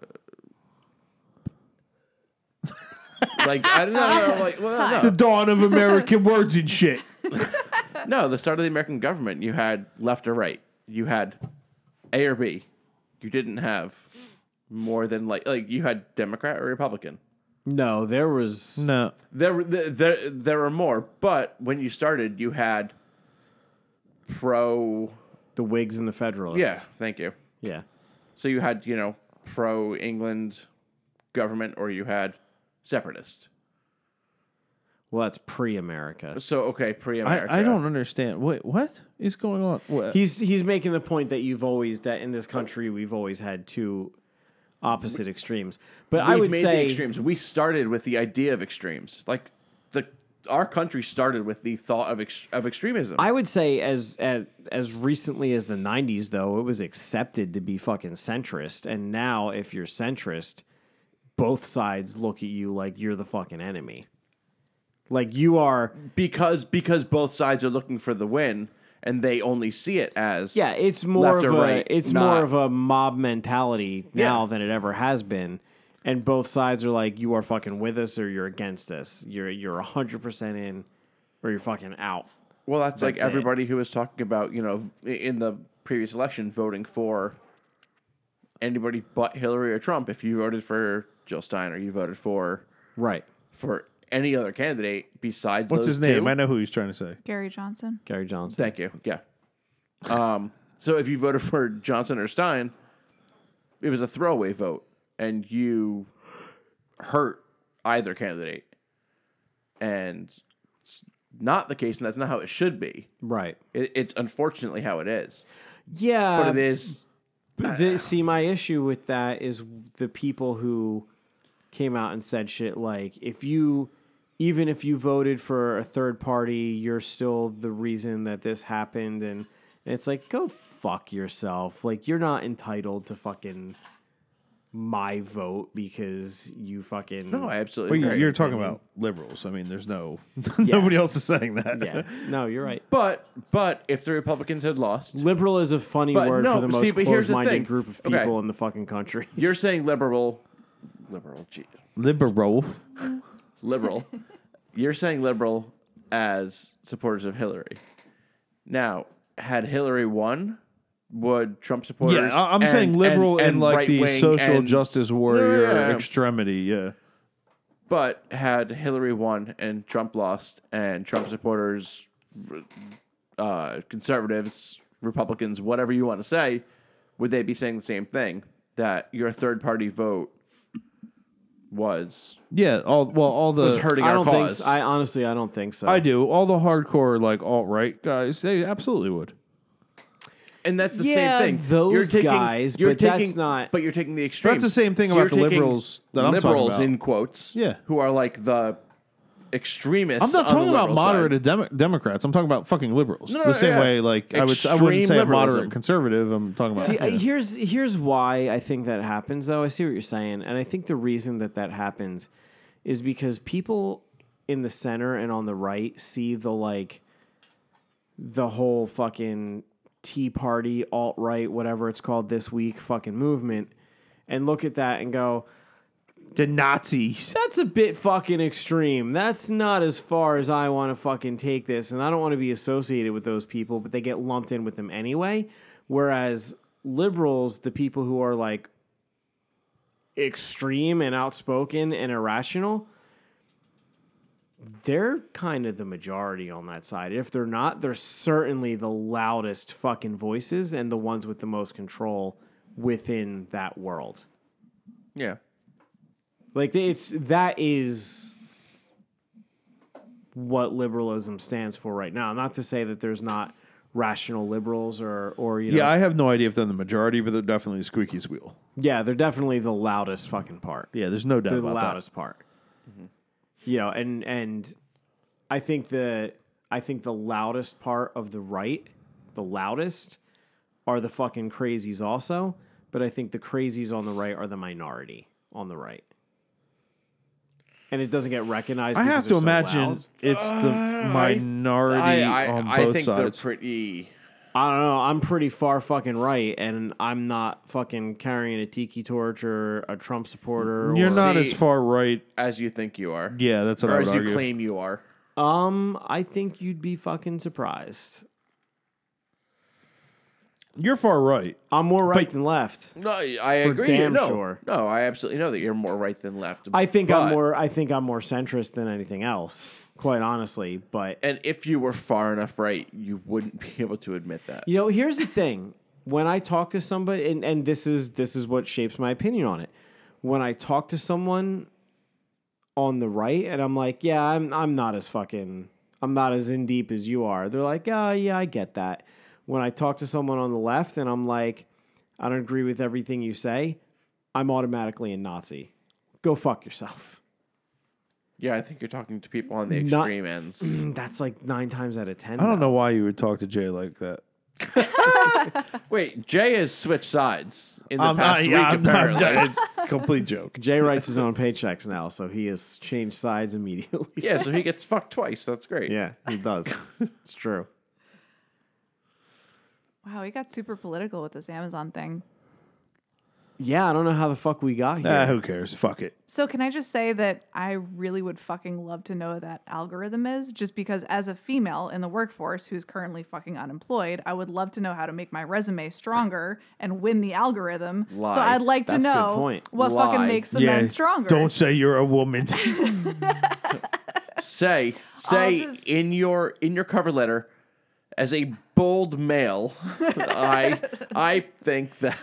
[SPEAKER 4] like, I don't know, no, no, like, well,
[SPEAKER 10] The
[SPEAKER 4] no,
[SPEAKER 10] dawn of American words and shit.
[SPEAKER 4] no. no, the start of the American government, you had left or right, you had A or B, you didn't have more than like, like, you had Democrat or Republican.
[SPEAKER 5] No, there was
[SPEAKER 10] No,
[SPEAKER 4] There, were- there, there, there were more, but when you started, you had pro,
[SPEAKER 5] the Whigs and the Federalists.
[SPEAKER 4] yeah, thank you.
[SPEAKER 5] yeah.
[SPEAKER 4] So you had, you know, pro England government or you had separatist.
[SPEAKER 5] Well, that's pre-America.
[SPEAKER 4] So okay, pre America.
[SPEAKER 10] I, I don't understand. Wait, what is going on? What?
[SPEAKER 5] He's he's making the point that you've always that in this country we've always had two opposite extremes. But I would
[SPEAKER 4] made
[SPEAKER 5] say
[SPEAKER 4] the extremes. We started with the idea of extremes. Like the our country started with the thought of ex, of extremism.
[SPEAKER 5] I would say as as as recently as the '90s, though, it was accepted to be fucking centrist, and now if you're centrist, both sides look at you like you're the fucking enemy. Like you are,
[SPEAKER 4] because because both sides are looking for the win and they only see it as
[SPEAKER 5] yeah. It's more
[SPEAKER 4] Left
[SPEAKER 5] of
[SPEAKER 4] or
[SPEAKER 5] a
[SPEAKER 4] right,
[SPEAKER 5] it's
[SPEAKER 4] not-
[SPEAKER 5] more of a mob mentality now
[SPEAKER 4] Yeah.
[SPEAKER 5] than it ever has been, and both sides are like, you are fucking with us or you're against us. You're you're hundred percent in or you're fucking out.
[SPEAKER 4] Well, that's, like
[SPEAKER 5] That's it.
[SPEAKER 4] everybody who was talking about, you know, v- in the previous election voting for anybody but Hillary or Trump. If you voted for Jill Stein or you voted for
[SPEAKER 5] Right,
[SPEAKER 4] for any other candidate besides
[SPEAKER 10] What's
[SPEAKER 4] those
[SPEAKER 10] his name?
[SPEAKER 4] two-
[SPEAKER 10] I know who he's trying to say.
[SPEAKER 2] Gary Johnson.
[SPEAKER 5] Gary Johnson.
[SPEAKER 4] Thank you. Yeah. Um, so if you voted for Johnson or Stein, it was a throwaway vote, and you hurt either candidate, and it's not the case, and that's not how it should be.
[SPEAKER 5] right.
[SPEAKER 4] It, it's unfortunately how it is.
[SPEAKER 5] Yeah,
[SPEAKER 4] But it is
[SPEAKER 5] the, see, my issue with that is the people who came out and said shit like, if you, even if you voted for a third party, you're still the reason that this happened. And, and it's like, go fuck yourself. Like, you're not entitled to fucking my vote because you fucking.
[SPEAKER 4] no, I
[SPEAKER 10] Um, Well,
[SPEAKER 4] absolutely.
[SPEAKER 10] you-
[SPEAKER 4] agree.
[SPEAKER 10] you're talking about liberals. I mean, there's no nobody else is saying that.
[SPEAKER 5] Yeah. No, you're right.
[SPEAKER 4] But but if the Republicans had lost,
[SPEAKER 5] Liberal is a funny
[SPEAKER 4] But
[SPEAKER 5] word
[SPEAKER 4] no,
[SPEAKER 5] for the most
[SPEAKER 4] see, but here's
[SPEAKER 5] closed
[SPEAKER 4] the thing.
[SPEAKER 5] minded group of people
[SPEAKER 4] Okay.
[SPEAKER 5] in the fucking country.
[SPEAKER 4] you're saying liberal, liberal, gee,
[SPEAKER 10] Liberal.
[SPEAKER 4] liberal. you're saying liberal as supporters of Hillary. Now, had Hillary won, would Trump supporters?
[SPEAKER 10] Yeah, I- I'm saying liberal and, like the
[SPEAKER 4] right-wing
[SPEAKER 10] social
[SPEAKER 4] and-
[SPEAKER 10] justice warrior
[SPEAKER 4] Yeah, yeah, yeah.
[SPEAKER 10] extremity. Yeah.
[SPEAKER 4] But had Hillary won and Trump lost, and Trump supporters, uh, conservatives, Republicans, whatever you want to say, would they be saying the same thing that your third party vote was
[SPEAKER 10] Yeah. All well, all the
[SPEAKER 4] was hurting
[SPEAKER 5] I
[SPEAKER 4] our
[SPEAKER 5] don't think.
[SPEAKER 4] cause?
[SPEAKER 5] So. I honestly, I don't think so.
[SPEAKER 10] I do all the hardcore like alt right guys. They absolutely would.
[SPEAKER 4] and that's the
[SPEAKER 5] Yeah,
[SPEAKER 4] same thing.
[SPEAKER 5] those guys, but that's not-
[SPEAKER 4] But you're taking the extreme.
[SPEAKER 10] the same thing about the liberals that I'm talking
[SPEAKER 4] liberals
[SPEAKER 10] about.
[SPEAKER 4] in quotes,
[SPEAKER 10] Yeah.
[SPEAKER 4] who are like the extremists.
[SPEAKER 10] I'm not
[SPEAKER 4] on the
[SPEAKER 10] talking about
[SPEAKER 4] liberal
[SPEAKER 10] moderate
[SPEAKER 4] side.
[SPEAKER 10] Dem- Democrats. I'm talking about fucking liberals.
[SPEAKER 4] No,
[SPEAKER 10] the same
[SPEAKER 4] yeah.
[SPEAKER 10] way, like I would, s- I wouldn't
[SPEAKER 4] Extreme
[SPEAKER 10] say a
[SPEAKER 4] liberalism.
[SPEAKER 10] moderate conservative. I'm talking about.
[SPEAKER 5] See,
[SPEAKER 10] yeah.
[SPEAKER 5] uh, here's here's why I think that happens. Though I see what you're saying, and I think the reason that that happens is because people in the center and on the right see the like the whole fucking Tea Party alt right whatever it's called this week fucking movement, and look at that and go,
[SPEAKER 10] the Nazis.
[SPEAKER 5] that's a bit fucking extreme. That's not as far as I want to fucking take this, and I don't want to be associated with those people, but they get lumped in with them anyway. Whereas liberals, the people who are like extreme and outspoken and irrational, they're kind of the majority on that side. If they're not, they're certainly the loudest fucking voices and the ones with the most control within that world.
[SPEAKER 4] Yeah,
[SPEAKER 5] Like it's that is what liberalism stands for right now. Not to say that there's not rational liberals or or you know
[SPEAKER 10] Yeah, I have no idea if they're the majority, but they're definitely the squeakiest wheel.
[SPEAKER 5] Yeah, they're definitely the loudest fucking part.
[SPEAKER 10] Yeah, there's no doubt
[SPEAKER 5] they're the
[SPEAKER 10] about
[SPEAKER 5] loudest part. Mm-hmm. You know, and and I think the I think the loudest part of the right, the loudest, are the fucking crazies also. But I think the crazies on the right are the minority on the right, and it doesn't get recognized.
[SPEAKER 10] that. I
[SPEAKER 5] because
[SPEAKER 10] have to
[SPEAKER 5] they're so
[SPEAKER 10] imagine
[SPEAKER 5] loud.
[SPEAKER 10] it's the minority
[SPEAKER 4] I,
[SPEAKER 10] on
[SPEAKER 4] I,
[SPEAKER 10] both
[SPEAKER 4] I think
[SPEAKER 10] sides.
[SPEAKER 4] they're pretty.
[SPEAKER 5] I don't know. I'm pretty far fucking right, and I'm not fucking carrying a tiki torch or a Trump supporter.
[SPEAKER 10] You're
[SPEAKER 5] or,
[SPEAKER 10] not
[SPEAKER 4] See-
[SPEAKER 10] as far right.
[SPEAKER 4] as you think you are.
[SPEAKER 10] Yeah, that's what I
[SPEAKER 4] Or
[SPEAKER 10] would
[SPEAKER 4] as you
[SPEAKER 10] argue.
[SPEAKER 4] claim you are.
[SPEAKER 5] Um, I think you'd be fucking surprised.
[SPEAKER 10] You're far right.
[SPEAKER 5] I'm more right than left.
[SPEAKER 4] No, I
[SPEAKER 5] For
[SPEAKER 4] agree.
[SPEAKER 5] damn
[SPEAKER 4] no,
[SPEAKER 5] sure.
[SPEAKER 4] no, I absolutely know that you're more right than left.
[SPEAKER 5] I think I'm
[SPEAKER 4] but-
[SPEAKER 5] more. I think I'm more centrist than anything else. Quite honestly, but
[SPEAKER 4] And if you were far enough right, you wouldn't be able to admit that.
[SPEAKER 5] You know, here's the thing. When I talk to somebody and, and this is this is what shapes my opinion on it. When I talk to someone on the right and I'm like, "Yeah, I'm I'm not as fucking I'm not as in deep as you are." They're like, "Oh, yeah, I get that." When I talk to someone on the left and I'm like, "I don't agree with everything you say." I'm automatically a Nazi. Go fuck yourself.
[SPEAKER 4] Yeah, I think you're talking to people on the
[SPEAKER 5] Not-
[SPEAKER 4] extreme ends.
[SPEAKER 5] That's like 9 times out of 10.
[SPEAKER 10] I don't know why you would talk to Jay like that.
[SPEAKER 4] Wait, Jay has switched sides in the
[SPEAKER 10] I'm
[SPEAKER 4] past
[SPEAKER 10] not-
[SPEAKER 4] week.
[SPEAKER 10] yeah, I'm not-
[SPEAKER 4] apparently,
[SPEAKER 10] it's a complete joke.
[SPEAKER 5] Jay writes his own paychecks now, so he has changed sides immediately.
[SPEAKER 4] yeah. So he gets fucked twice. That's great.
[SPEAKER 5] Yeah, he does. it's true.
[SPEAKER 2] Wow, we got super political with this Amazon thing.
[SPEAKER 5] Yeah, I don't know how the fuck we got here.
[SPEAKER 10] Nah, who cares? Fuck it.
[SPEAKER 2] So can I just say that I really would fucking love to know what that algorithm is just because as a female in the workforce who's currently fucking unemployed, I would love to know how to make my resume stronger and win the algorithm.
[SPEAKER 4] Lie.
[SPEAKER 2] So I'd like
[SPEAKER 5] That's a
[SPEAKER 2] to
[SPEAKER 5] good
[SPEAKER 2] know
[SPEAKER 5] point.
[SPEAKER 2] what
[SPEAKER 4] Lie.
[SPEAKER 2] fucking makes the men stronger.
[SPEAKER 10] Don't say you're a woman.
[SPEAKER 4] Say, say
[SPEAKER 2] just-
[SPEAKER 4] in your in your cover letter, as a bold male, I I think that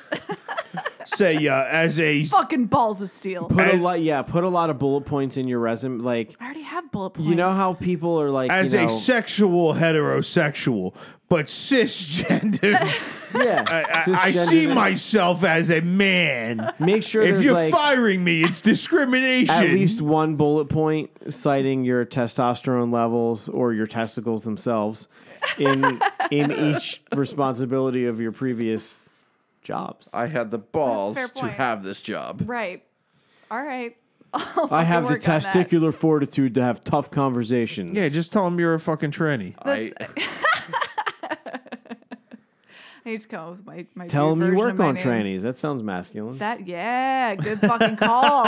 [SPEAKER 10] say uh, as a
[SPEAKER 2] fucking balls of steel.
[SPEAKER 5] Put a
[SPEAKER 10] As-
[SPEAKER 5] lot, yeah, put a lot of bullet points in your resume. Like,
[SPEAKER 2] I already have bullet points.
[SPEAKER 5] you know how people are like,
[SPEAKER 10] as
[SPEAKER 5] you know,
[SPEAKER 10] a sexual heterosexual, but cisgender.
[SPEAKER 5] yeah,
[SPEAKER 10] I, I see
[SPEAKER 5] cisgender-
[SPEAKER 10] myself as a man.
[SPEAKER 5] Make sure
[SPEAKER 10] If
[SPEAKER 5] there's
[SPEAKER 10] you're
[SPEAKER 5] like
[SPEAKER 10] firing me, it's discrimination.
[SPEAKER 5] at least one bullet point citing your testosterone levels or your testicles themselves in in each responsibility of your previous jobs. I,
[SPEAKER 4] I had the balls
[SPEAKER 2] fair
[SPEAKER 4] to
[SPEAKER 2] point.
[SPEAKER 4] have this job.
[SPEAKER 2] Right. All right.
[SPEAKER 5] have the
[SPEAKER 2] work on that.
[SPEAKER 5] testicular fortitude to have tough conversations.
[SPEAKER 10] yeah, just tell him you're a fucking tranny.
[SPEAKER 4] I,
[SPEAKER 2] I need to come up with my, my
[SPEAKER 5] tell
[SPEAKER 2] dude
[SPEAKER 5] them you
[SPEAKER 2] version
[SPEAKER 5] work
[SPEAKER 2] of my
[SPEAKER 5] on
[SPEAKER 2] name.
[SPEAKER 5] trannies. That sounds masculine.
[SPEAKER 2] That yeah, good fucking call.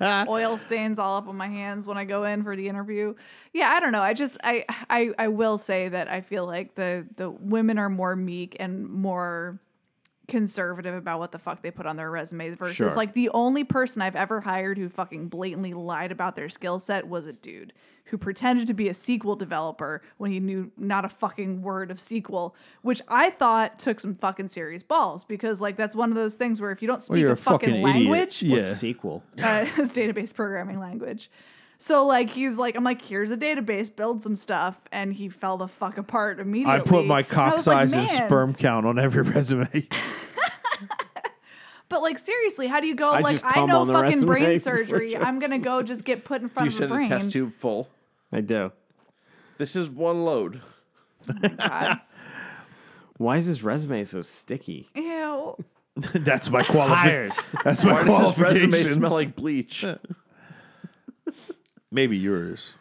[SPEAKER 2] Oil stains all up on my hands when I go in for the interview. Yeah, I don't know. I just I I I will say that I feel like the the women are more meek and more conservative about what the fuck they put on their resumes versus
[SPEAKER 5] Sure.
[SPEAKER 2] like the only person I've ever hired who fucking blatantly lied about their skill set was a dude who pretended to be a SQL developer when he knew not a fucking word of SQL, which I thought took some fucking serious balls because like that's one of those things where if you don't speak
[SPEAKER 10] you're
[SPEAKER 2] a,
[SPEAKER 10] a
[SPEAKER 2] fucking,
[SPEAKER 10] fucking idiot.
[SPEAKER 2] language,
[SPEAKER 10] Yeah.
[SPEAKER 5] What's sequel?
[SPEAKER 2] uh, his database programming language. So like he's like I'm like here's a database build some stuff and he fell the fuck apart immediately.
[SPEAKER 10] I put my
[SPEAKER 2] And
[SPEAKER 10] cock
[SPEAKER 2] was like,
[SPEAKER 10] size and
[SPEAKER 2] "Man."
[SPEAKER 10] sperm count on every resume.
[SPEAKER 2] But like seriously, how do you go
[SPEAKER 5] I
[SPEAKER 2] like
[SPEAKER 5] just
[SPEAKER 2] I
[SPEAKER 5] come
[SPEAKER 2] know
[SPEAKER 5] on the
[SPEAKER 2] fucking
[SPEAKER 5] resume
[SPEAKER 2] brain
[SPEAKER 5] before
[SPEAKER 2] surgery? I'm gonna go just get put in
[SPEAKER 4] you
[SPEAKER 2] front of
[SPEAKER 4] said
[SPEAKER 2] a
[SPEAKER 4] a
[SPEAKER 2] brain.
[SPEAKER 4] test tube full.
[SPEAKER 5] I do.
[SPEAKER 4] This is one load.
[SPEAKER 5] Why is his resume so sticky?
[SPEAKER 2] Ew.
[SPEAKER 10] that's my qualification. That's my
[SPEAKER 4] Why does this resume
[SPEAKER 10] qualifications.
[SPEAKER 4] smell like bleach?
[SPEAKER 10] Maybe yours.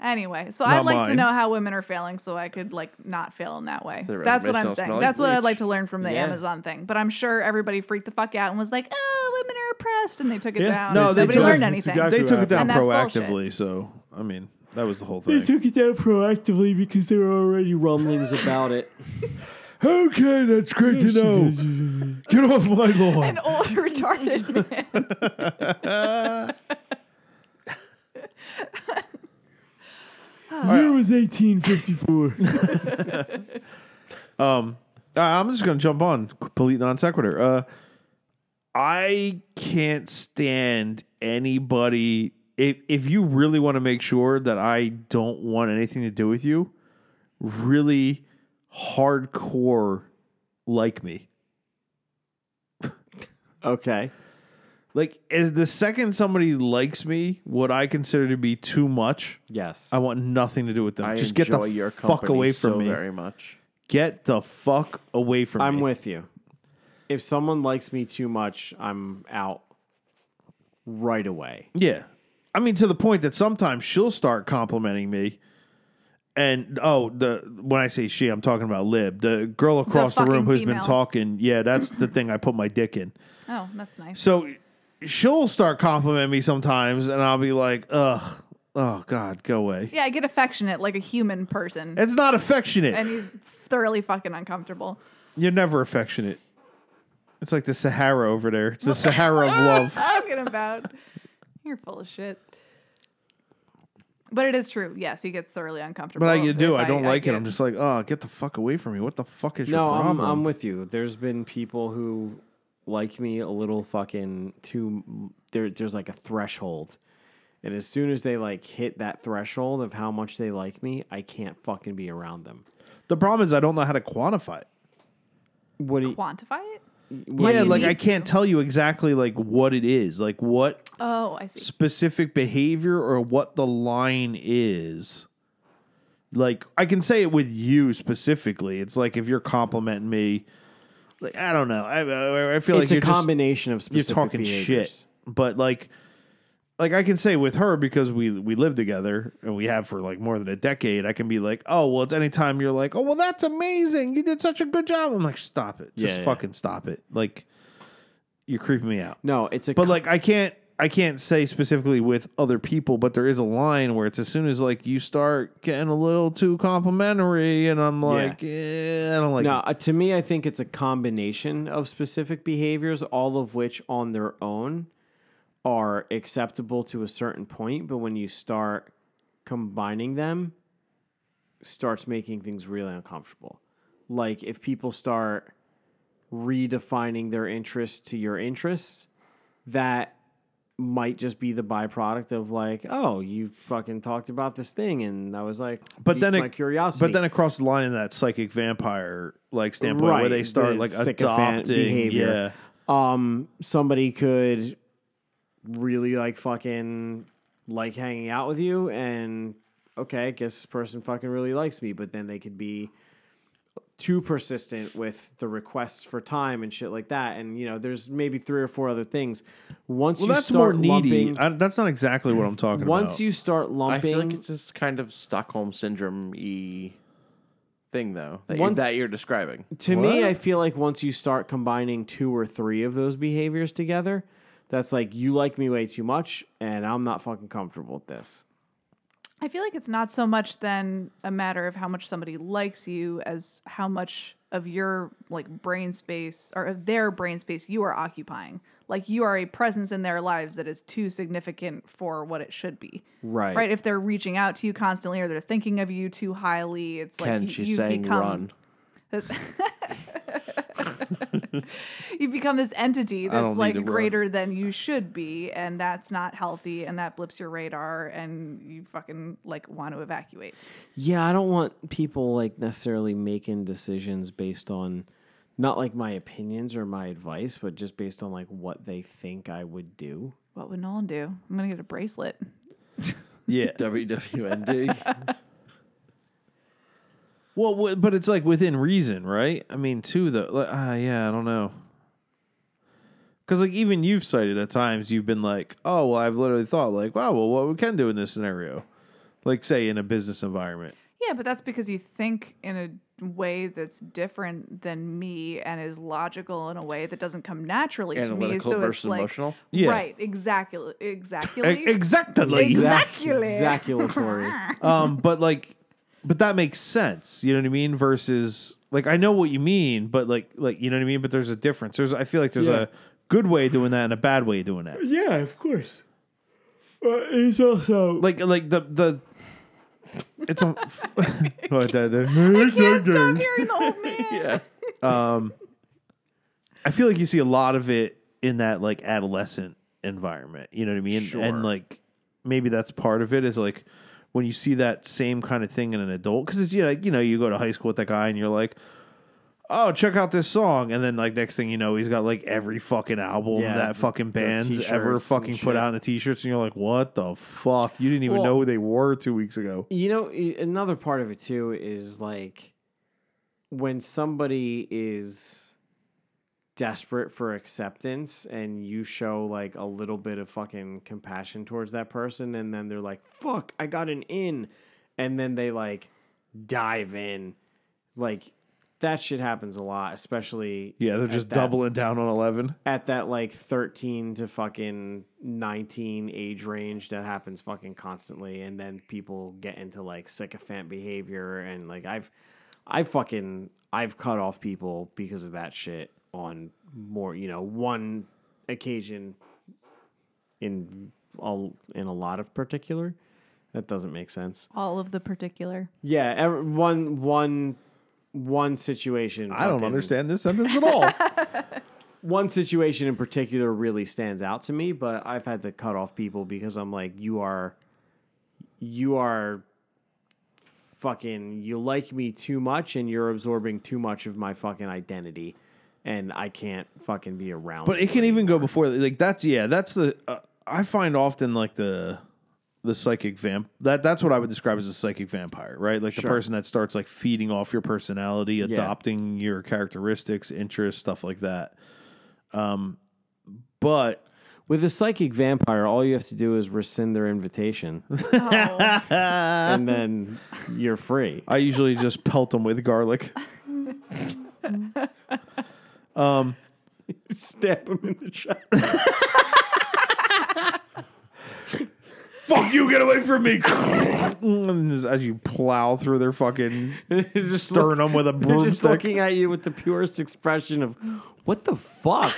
[SPEAKER 2] Anyway, so
[SPEAKER 10] Not
[SPEAKER 2] I'd like to
[SPEAKER 10] mine.
[SPEAKER 2] know how women are failing so I could like not fail in that way.
[SPEAKER 4] Their
[SPEAKER 2] That's what
[SPEAKER 4] resumes
[SPEAKER 2] I'm
[SPEAKER 4] don't
[SPEAKER 2] saying.
[SPEAKER 4] smell like
[SPEAKER 2] That's what I'd like
[SPEAKER 4] bleach.
[SPEAKER 2] to learn from the
[SPEAKER 5] Yeah.
[SPEAKER 2] Amazon thing. But I'm sure everybody freaked the fuck out and was like, "Oh, women are oppressed," and they took it
[SPEAKER 10] Yeah.
[SPEAKER 2] down.
[SPEAKER 10] No,
[SPEAKER 2] and
[SPEAKER 10] they
[SPEAKER 2] nobody
[SPEAKER 10] took-
[SPEAKER 2] learned
[SPEAKER 10] that's
[SPEAKER 2] anything.
[SPEAKER 10] They took it down
[SPEAKER 2] And that's bullshit.
[SPEAKER 10] proactively, so I mean that was the whole thing.
[SPEAKER 5] it down proactively because there were already rumblings about it.
[SPEAKER 10] okay, that's great to know. Get off my lawn.
[SPEAKER 2] An old retarded man.
[SPEAKER 5] Year was 1854.
[SPEAKER 10] Uh, I'm just gonna jump on complete non sequitur. Uh, I can't stand anybody. If if you really want to make sure that I don't want anything to do with you, really hardcore like me.
[SPEAKER 3] Okay.
[SPEAKER 10] Like, as the second somebody likes me, what I consider to be too much,
[SPEAKER 3] Yes.
[SPEAKER 10] I want nothing to do with them.
[SPEAKER 4] I
[SPEAKER 10] Just get the
[SPEAKER 4] enjoy your
[SPEAKER 10] fuck
[SPEAKER 4] company
[SPEAKER 10] away from
[SPEAKER 4] so
[SPEAKER 10] me.
[SPEAKER 4] very much.
[SPEAKER 10] Get the fuck away from me.
[SPEAKER 3] I'm with you. If someone likes me too much, I'm out right away.
[SPEAKER 10] Yeah. I mean, to the point that sometimes she'll start complimenting me. And oh, the when I say she, I'm talking about Lib, the girl across the,
[SPEAKER 2] fucking
[SPEAKER 10] room who's been
[SPEAKER 2] female.
[SPEAKER 10] talking. Yeah, that's the thing I put my dick in.
[SPEAKER 2] Oh, that's nice.
[SPEAKER 10] So she'll start complimenting me sometimes, and I'll be like, ugh, oh God, go away.
[SPEAKER 2] Yeah, I get affectionate like a human person.
[SPEAKER 10] It's not affectionate.
[SPEAKER 2] and he's thoroughly fucking uncomfortable.
[SPEAKER 10] You're never affectionate. It's like the Sahara over there. It's the Sahara of love.
[SPEAKER 2] Talking about you're full of shit. But it is true. Yes, he gets thoroughly uncomfortable.
[SPEAKER 10] But I
[SPEAKER 2] if-
[SPEAKER 10] do.
[SPEAKER 2] if
[SPEAKER 10] I don't like it.
[SPEAKER 2] get-
[SPEAKER 10] I'm just like, oh, get the fuck away from me. What the fuck is
[SPEAKER 3] No,
[SPEAKER 10] your
[SPEAKER 3] I'm,
[SPEAKER 10] problem?
[SPEAKER 3] I'm with you. There's been people who like me a little fucking too. There, there's like a threshold, and as soon as they like hit that threshold of how much they like me, I can't fucking be around them.
[SPEAKER 10] the problem is I don't know how to quantify it.
[SPEAKER 3] What do you?
[SPEAKER 2] quantify it.
[SPEAKER 3] what do
[SPEAKER 10] yeah,
[SPEAKER 3] you
[SPEAKER 10] like
[SPEAKER 3] mean?
[SPEAKER 10] I can't tell you exactly like what it is, like what
[SPEAKER 2] Oh, I see.
[SPEAKER 10] specific behavior or what the line is. Like I can say it with you specifically. It's like if you're complimenting me, like I don't know. I- I I feel
[SPEAKER 3] it's
[SPEAKER 10] like
[SPEAKER 3] a
[SPEAKER 10] you're just-
[SPEAKER 3] combination of
[SPEAKER 10] you're
[SPEAKER 3] specific
[SPEAKER 10] talking
[SPEAKER 3] behaviors.
[SPEAKER 10] shit, but like like I can say with her because we we live together and we have for like more than a decade. I can be like, oh well, it's anytime you're like, oh well, that's amazing. You did such a good job. I'm like, stop it, just
[SPEAKER 3] Yeah, yeah.
[SPEAKER 10] fucking stop it. Like you're creeping me out.
[SPEAKER 3] No, it's a
[SPEAKER 10] But
[SPEAKER 3] co-
[SPEAKER 10] like I can't I can't say specifically with other people, but there is a line where it's as soon as like you start getting a little too complimentary, and I'm like, eh, I don't like.
[SPEAKER 3] no
[SPEAKER 10] it.
[SPEAKER 3] uh, to me i think it's a combination of specific behaviors all of which on their own are acceptable to a certain point but when you start combining them starts making things really uncomfortable like if people start redefining their interests to your interests that might just be the byproduct of like oh you fucking talked about this thing and i was like
[SPEAKER 10] But
[SPEAKER 3] piqued
[SPEAKER 10] then
[SPEAKER 3] my
[SPEAKER 10] it,
[SPEAKER 3] curiosity
[SPEAKER 10] But then across the line in that psychic vampire like standpoint where
[SPEAKER 3] Right,
[SPEAKER 10] they start
[SPEAKER 3] the
[SPEAKER 10] like
[SPEAKER 3] sycophant
[SPEAKER 10] adopting
[SPEAKER 3] behavior.
[SPEAKER 10] Yeah.
[SPEAKER 3] um somebody could really like fucking like hanging out with you and okay, I guess this person fucking really likes me, but then they could be too persistent with the requests for time and shit like that. And you know, there's maybe three or four other things. Once
[SPEAKER 10] Well,
[SPEAKER 3] you
[SPEAKER 10] that's more
[SPEAKER 3] start
[SPEAKER 10] needy.
[SPEAKER 3] lumping
[SPEAKER 10] I, that's not exactly what I'm talking about.
[SPEAKER 3] once you start
[SPEAKER 4] I
[SPEAKER 3] lumping
[SPEAKER 4] feel like it's this kind of Stockholm syndrome y thing though that,
[SPEAKER 3] Once-
[SPEAKER 4] you're, that you're describing.
[SPEAKER 3] To me, I feel like once you start combining two or three of those behaviors together, that's like you like me way too much, and I'm not fucking comfortable with this.
[SPEAKER 2] I feel like it's not so much then a matter of how much somebody likes you as how much of your like brain space or of their brain space you are occupying. Like you are a presence in their lives that is too significant for what it should be.
[SPEAKER 3] Right.
[SPEAKER 2] Right. If they're reaching out to you constantly or they're thinking of you too highly, it's like
[SPEAKER 4] Ken,
[SPEAKER 2] you,
[SPEAKER 4] she's
[SPEAKER 2] you've
[SPEAKER 4] saying
[SPEAKER 2] become
[SPEAKER 4] run.
[SPEAKER 2] This, you've become this entity
[SPEAKER 10] don't
[SPEAKER 2] that's
[SPEAKER 10] need
[SPEAKER 2] like
[SPEAKER 10] to run.
[SPEAKER 2] greater than you should be, and that's not healthy, and that blips your radar, and you fucking like want to evacuate.
[SPEAKER 3] Yeah, I don't want people like necessarily making decisions based on not like my opinions or my advice, but just based on like what they think I would do.
[SPEAKER 2] What would Nolan do? I'm gonna get a bracelet.
[SPEAKER 10] yeah.
[SPEAKER 4] WWND.
[SPEAKER 10] Well, w- but it's like within reason, right? I mean, too though. Like, ah, yeah, I don't know. Because like even you've cited at times you've been like, oh well, I've literally thought like, wow, well, what we can do in this scenario, like say in a business environment.
[SPEAKER 2] Yeah, but that's because you think in a way that's different than me and is logical in a way that doesn't come naturally to me.
[SPEAKER 4] Analytical
[SPEAKER 2] So it's
[SPEAKER 4] versus
[SPEAKER 2] like
[SPEAKER 4] emotional?
[SPEAKER 10] Yeah.
[SPEAKER 2] right, exactly, exactly,
[SPEAKER 10] E- exactly.
[SPEAKER 2] Exactly.
[SPEAKER 3] Exactulatory.
[SPEAKER 10] um, but like, but that makes sense. You know what I mean? Versus like, I know what you mean, but like, like you know what I mean. But there's a difference. There's, I feel like there's a good way of doing that and a bad way of doing that.
[SPEAKER 3] yeah, of course. Uh, it's also
[SPEAKER 10] Like, like the the. It's a. What that-
[SPEAKER 2] Can't stop
[SPEAKER 10] that-
[SPEAKER 2] hearing the old man.
[SPEAKER 10] I feel like you see a lot of it in that like adolescent environment. You know what I mean? And like maybe that's part of it is like when you see that same kind of thing in an adult because it's you know you know you go to high school with that guy and you're like oh check out this song and then like next thing you know he's got like every fucking album
[SPEAKER 5] Yeah,
[SPEAKER 10] that fucking
[SPEAKER 5] their
[SPEAKER 10] band's ever
[SPEAKER 5] t-shirts and
[SPEAKER 10] fucking put
[SPEAKER 5] shit.
[SPEAKER 10] out in the t-shirts and you're like what the fuck you didn't even
[SPEAKER 5] Well- E
[SPEAKER 10] know who they were two weeks ago
[SPEAKER 5] You know, i- another part of it too is like when somebody is desperate for acceptance and you show like a little bit of fucking compassion towards that person and then they're like, "Fuck, I got an in." And then they like dive in. Like that shit happens a lot, especially
[SPEAKER 10] yeah they're
[SPEAKER 5] at
[SPEAKER 10] just
[SPEAKER 5] that-
[SPEAKER 10] doubling down on 11
[SPEAKER 5] at that like 13 to fucking 19 age range that happens fucking constantly and then people get into like sycophant behavior and like i've i fucking i've cut off people because of that shit on more you know one occasion in all in a lot of particular that doesn't make sense
[SPEAKER 2] All of the particular.
[SPEAKER 5] yeah ev- one one one situation
[SPEAKER 10] i don't
[SPEAKER 5] fucking-
[SPEAKER 10] understand this sentence at all
[SPEAKER 5] one situation in particular really stands out to me, but I've had to cut off people because I'm like, you are, you are fucking, you like me too much and you're absorbing too much of my fucking identity and I can't fucking be around.
[SPEAKER 10] But
[SPEAKER 5] you
[SPEAKER 10] it can even go before like that's yeah that's the uh, I find often like the the psychic vamp that that's what I would describe as a psychic vampire right like the person that starts like feeding off your personality adopting your characteristics interests stuff like that um but
[SPEAKER 5] With a psychic vampire, all you have to do is rescind their invitation and then you're free.
[SPEAKER 10] I usually just pelt them with garlic
[SPEAKER 5] Stab him in the chest.
[SPEAKER 10] fuck you get away from me And just as you plow through their fucking
[SPEAKER 5] Just look-
[SPEAKER 10] sternum with a
[SPEAKER 5] They're just
[SPEAKER 10] broomstick
[SPEAKER 5] looking at you with the purest expression of, what the fuck?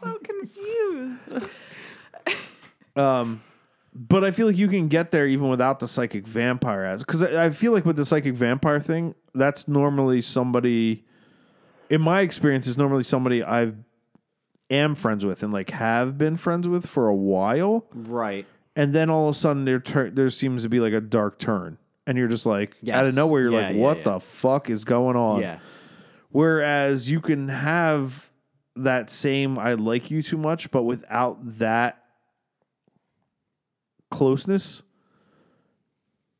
[SPEAKER 2] So confused.
[SPEAKER 10] But I feel like you can get there even without the psychic vampire as because I, I feel like with the psychic vampire thing, that's normally somebody. In my experience, is normally somebody I am friends with and like have been friends with for a while,
[SPEAKER 5] right.
[SPEAKER 10] and then all of a sudden there tur- there seems to be like a dark turn, and you're just like out of
[SPEAKER 5] Yes.
[SPEAKER 10] nowhere, you're
[SPEAKER 5] Yeah,
[SPEAKER 10] like,
[SPEAKER 5] yeah,
[SPEAKER 10] what
[SPEAKER 5] yeah.
[SPEAKER 10] the fuck is going on?
[SPEAKER 5] Yeah.
[SPEAKER 10] Whereas you can have that same I like you too much, but without that closeness.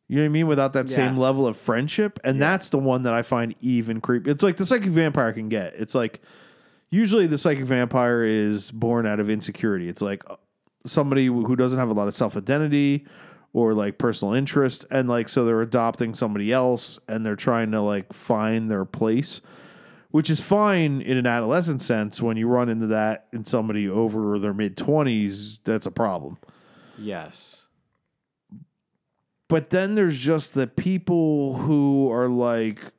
[SPEAKER 10] You know what I mean? Without that same
[SPEAKER 5] Yes.
[SPEAKER 10] level of friendship. And that's the one that I find even creepy. It's like the psychic vampire can get. It's like usually the psychic vampire is born out of insecurity. It's like uh, somebody who doesn't have a lot of self identity or like personal interest. And like, so they're adopting somebody else and they're trying to like find their place which is fine in an adolescent sense. When you run into that in somebody over their mid 20s, that's a problem.
[SPEAKER 5] Yes.
[SPEAKER 10] But then there's just the people who are like,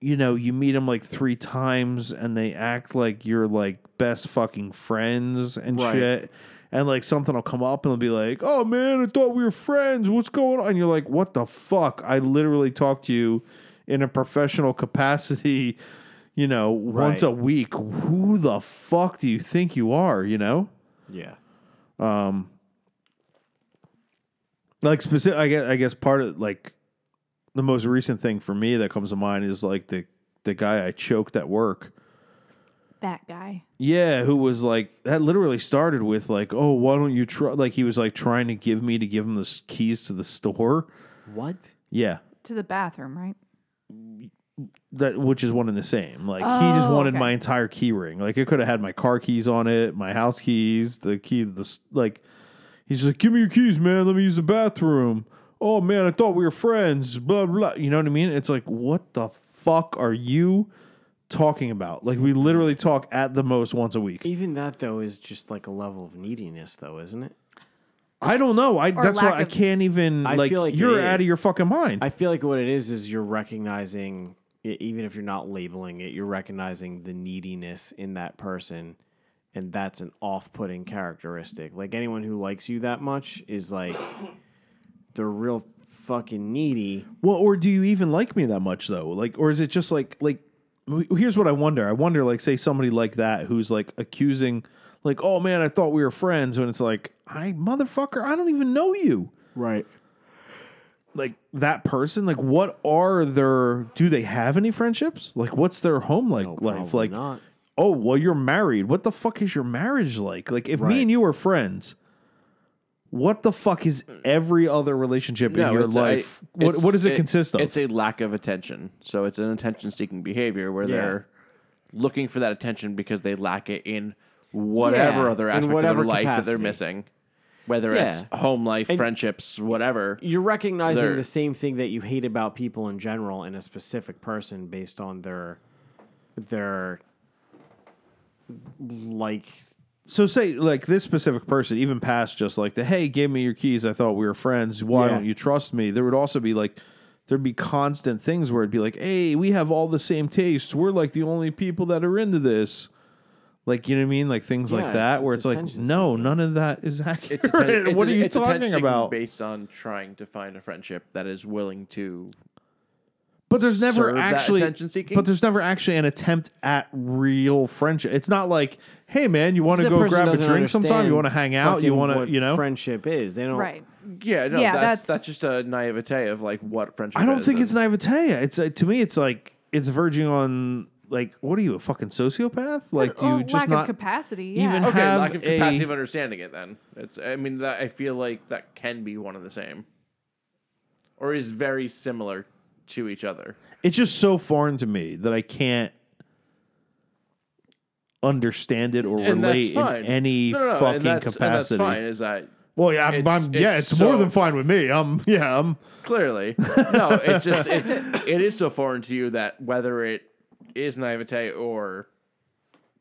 [SPEAKER 10] you know, you meet them like three times and they act like you're like best fucking friends and
[SPEAKER 5] Right.
[SPEAKER 10] shit. And like something will come up and they'll be like, oh man, I thought we were friends. What's going on? And you're like, what the fuck? I literally talked to you in a professional capacity, you know, once
[SPEAKER 5] Right.
[SPEAKER 10] a week. Who the fuck do you think you are, you know?
[SPEAKER 5] Yeah.
[SPEAKER 10] like specific I guess, I guess part of like the most recent thing for me that comes to mind is like the the guy I choked at work.
[SPEAKER 2] That guy.
[SPEAKER 10] Yeah, who was like that literally started with like, "Oh, why don't you try like he was like trying to give me to give him the s- keys to the store."
[SPEAKER 5] What?
[SPEAKER 10] Yeah.
[SPEAKER 2] To the bathroom, right?
[SPEAKER 10] That which is one and the same. Like he just
[SPEAKER 2] Oh,
[SPEAKER 10] wanted
[SPEAKER 2] okay.
[SPEAKER 10] my entire key ring. Like it could have had my car keys on it, my house keys, the key to the s- like he's just like, "Give me your keys, man. Let me use the bathroom." Oh man, I thought we were friends. Blah blah. You know what I mean? It's like, what the fuck are you talking about? Like we literally talk at the most once a week.
[SPEAKER 5] Even that though is just like a level of neediness though, isn't it?
[SPEAKER 10] I don't know. I that's why
[SPEAKER 2] lack
[SPEAKER 10] I
[SPEAKER 2] of-
[SPEAKER 10] can't even
[SPEAKER 5] I
[SPEAKER 10] like,
[SPEAKER 5] feel like it
[SPEAKER 10] you're out of
[SPEAKER 5] is.
[SPEAKER 10] your fucking mind.
[SPEAKER 5] I feel like what it is is you're recognizing e- even if you're not labeling it, you're recognizing the neediness in that person and that's an off-putting characteristic. Like anyone who likes you that much is like they're real fucking needy.
[SPEAKER 10] Well, or do you even like me that much though? Like, or is it just like like? w- Here's what I wonder. I wonder, like, say somebody like that who's like accusing, like, oh man, I thought we were friends, when it's like, I motherfucker, I don't even know you.
[SPEAKER 5] Right.
[SPEAKER 10] like that person like what are their do they have any friendships like what's their home like life
[SPEAKER 5] probably
[SPEAKER 10] like
[SPEAKER 5] not.
[SPEAKER 10] oh well you're married what the fuck is your marriage like like if
[SPEAKER 5] Right.
[SPEAKER 10] me and you are friends what the fuck is every other relationship in your
[SPEAKER 4] it's a-
[SPEAKER 10] life what,
[SPEAKER 4] it's-
[SPEAKER 10] what does it, consist of
[SPEAKER 4] It's a lack of attention. So it's an attention seeking behavior where
[SPEAKER 5] Yeah.
[SPEAKER 4] they're looking for that attention because they lack it in whatever
[SPEAKER 5] Yeah,
[SPEAKER 4] other
[SPEAKER 5] in
[SPEAKER 4] aspect
[SPEAKER 5] whatever
[SPEAKER 4] of their life that they're
[SPEAKER 5] capacity.
[SPEAKER 4] missing. Whether
[SPEAKER 5] Yeah.
[SPEAKER 4] it's home life,
[SPEAKER 5] And-
[SPEAKER 4] friendships, whatever.
[SPEAKER 5] You're recognizing
[SPEAKER 4] They're-
[SPEAKER 5] the same thing that you hate about people in general in a specific person based on their their like
[SPEAKER 10] so say like this specific person even past just like the hey give me your keys i thought we were friends why
[SPEAKER 5] Yeah.
[SPEAKER 10] don't you trust me there would also be like there'd be constant things where it'd be like hey we have all the same tastes we're like the only people that are into this like you know what i mean like things
[SPEAKER 5] Yeah,
[SPEAKER 10] like
[SPEAKER 5] it's-
[SPEAKER 10] that where
[SPEAKER 5] it's
[SPEAKER 10] it's, like
[SPEAKER 5] attention
[SPEAKER 10] no
[SPEAKER 5] seeking.
[SPEAKER 10] none of that is accurate
[SPEAKER 4] It's atten- it's
[SPEAKER 10] what
[SPEAKER 4] a-
[SPEAKER 10] are you
[SPEAKER 4] it's attention
[SPEAKER 10] talking
[SPEAKER 4] seeking
[SPEAKER 10] about
[SPEAKER 4] Based on trying to find a friendship that is willing to
[SPEAKER 10] but there's
[SPEAKER 4] serve
[SPEAKER 10] never
[SPEAKER 4] that
[SPEAKER 10] actually
[SPEAKER 4] attention-seeking?
[SPEAKER 10] but there's never actually an attempt at real friendship it's not like hey man you want to
[SPEAKER 5] That
[SPEAKER 10] go
[SPEAKER 5] person
[SPEAKER 10] grab a
[SPEAKER 5] doesn't
[SPEAKER 10] drink sometime
[SPEAKER 5] understand
[SPEAKER 10] you want to hang out you
[SPEAKER 5] fucking
[SPEAKER 10] want
[SPEAKER 5] what
[SPEAKER 10] to you know
[SPEAKER 5] friendship is they don't
[SPEAKER 2] Right.
[SPEAKER 4] Yeah, no,
[SPEAKER 2] Yeah,
[SPEAKER 4] that's, that's
[SPEAKER 2] that's-
[SPEAKER 4] just a naivete of like what friendship.
[SPEAKER 10] I don't
[SPEAKER 4] is
[SPEAKER 10] think
[SPEAKER 4] and-
[SPEAKER 10] it's naivete. It's uh, to me, it's like it's verging on like what are you a fucking sociopath? Like do
[SPEAKER 2] Well,
[SPEAKER 10] you just
[SPEAKER 2] Uh, Oh, lack
[SPEAKER 10] not
[SPEAKER 2] of capacity. Yeah. Oh,
[SPEAKER 10] even-
[SPEAKER 4] okay.
[SPEAKER 10] have
[SPEAKER 4] lack of
[SPEAKER 10] a-
[SPEAKER 4] capacity of understanding it. Then it's. I mean, that I feel like that can be one and the same, or is very similar to each other.
[SPEAKER 10] It's just so foreign to me that I can't understand it or
[SPEAKER 4] And that's
[SPEAKER 10] relate
[SPEAKER 4] fine.
[SPEAKER 10] in any
[SPEAKER 4] No, no, no, and
[SPEAKER 10] fucking
[SPEAKER 4] that's- and that's
[SPEAKER 10] capacity.
[SPEAKER 4] fine. Is that
[SPEAKER 10] Well, yeah, I'm,
[SPEAKER 4] It's-
[SPEAKER 10] I'm- yeah,
[SPEAKER 4] it's
[SPEAKER 10] it's, more
[SPEAKER 4] so-
[SPEAKER 10] than fine with me. I'm yeah, I'm
[SPEAKER 4] clearly no? It's just it's it is so foreign to you that whether it is naivete or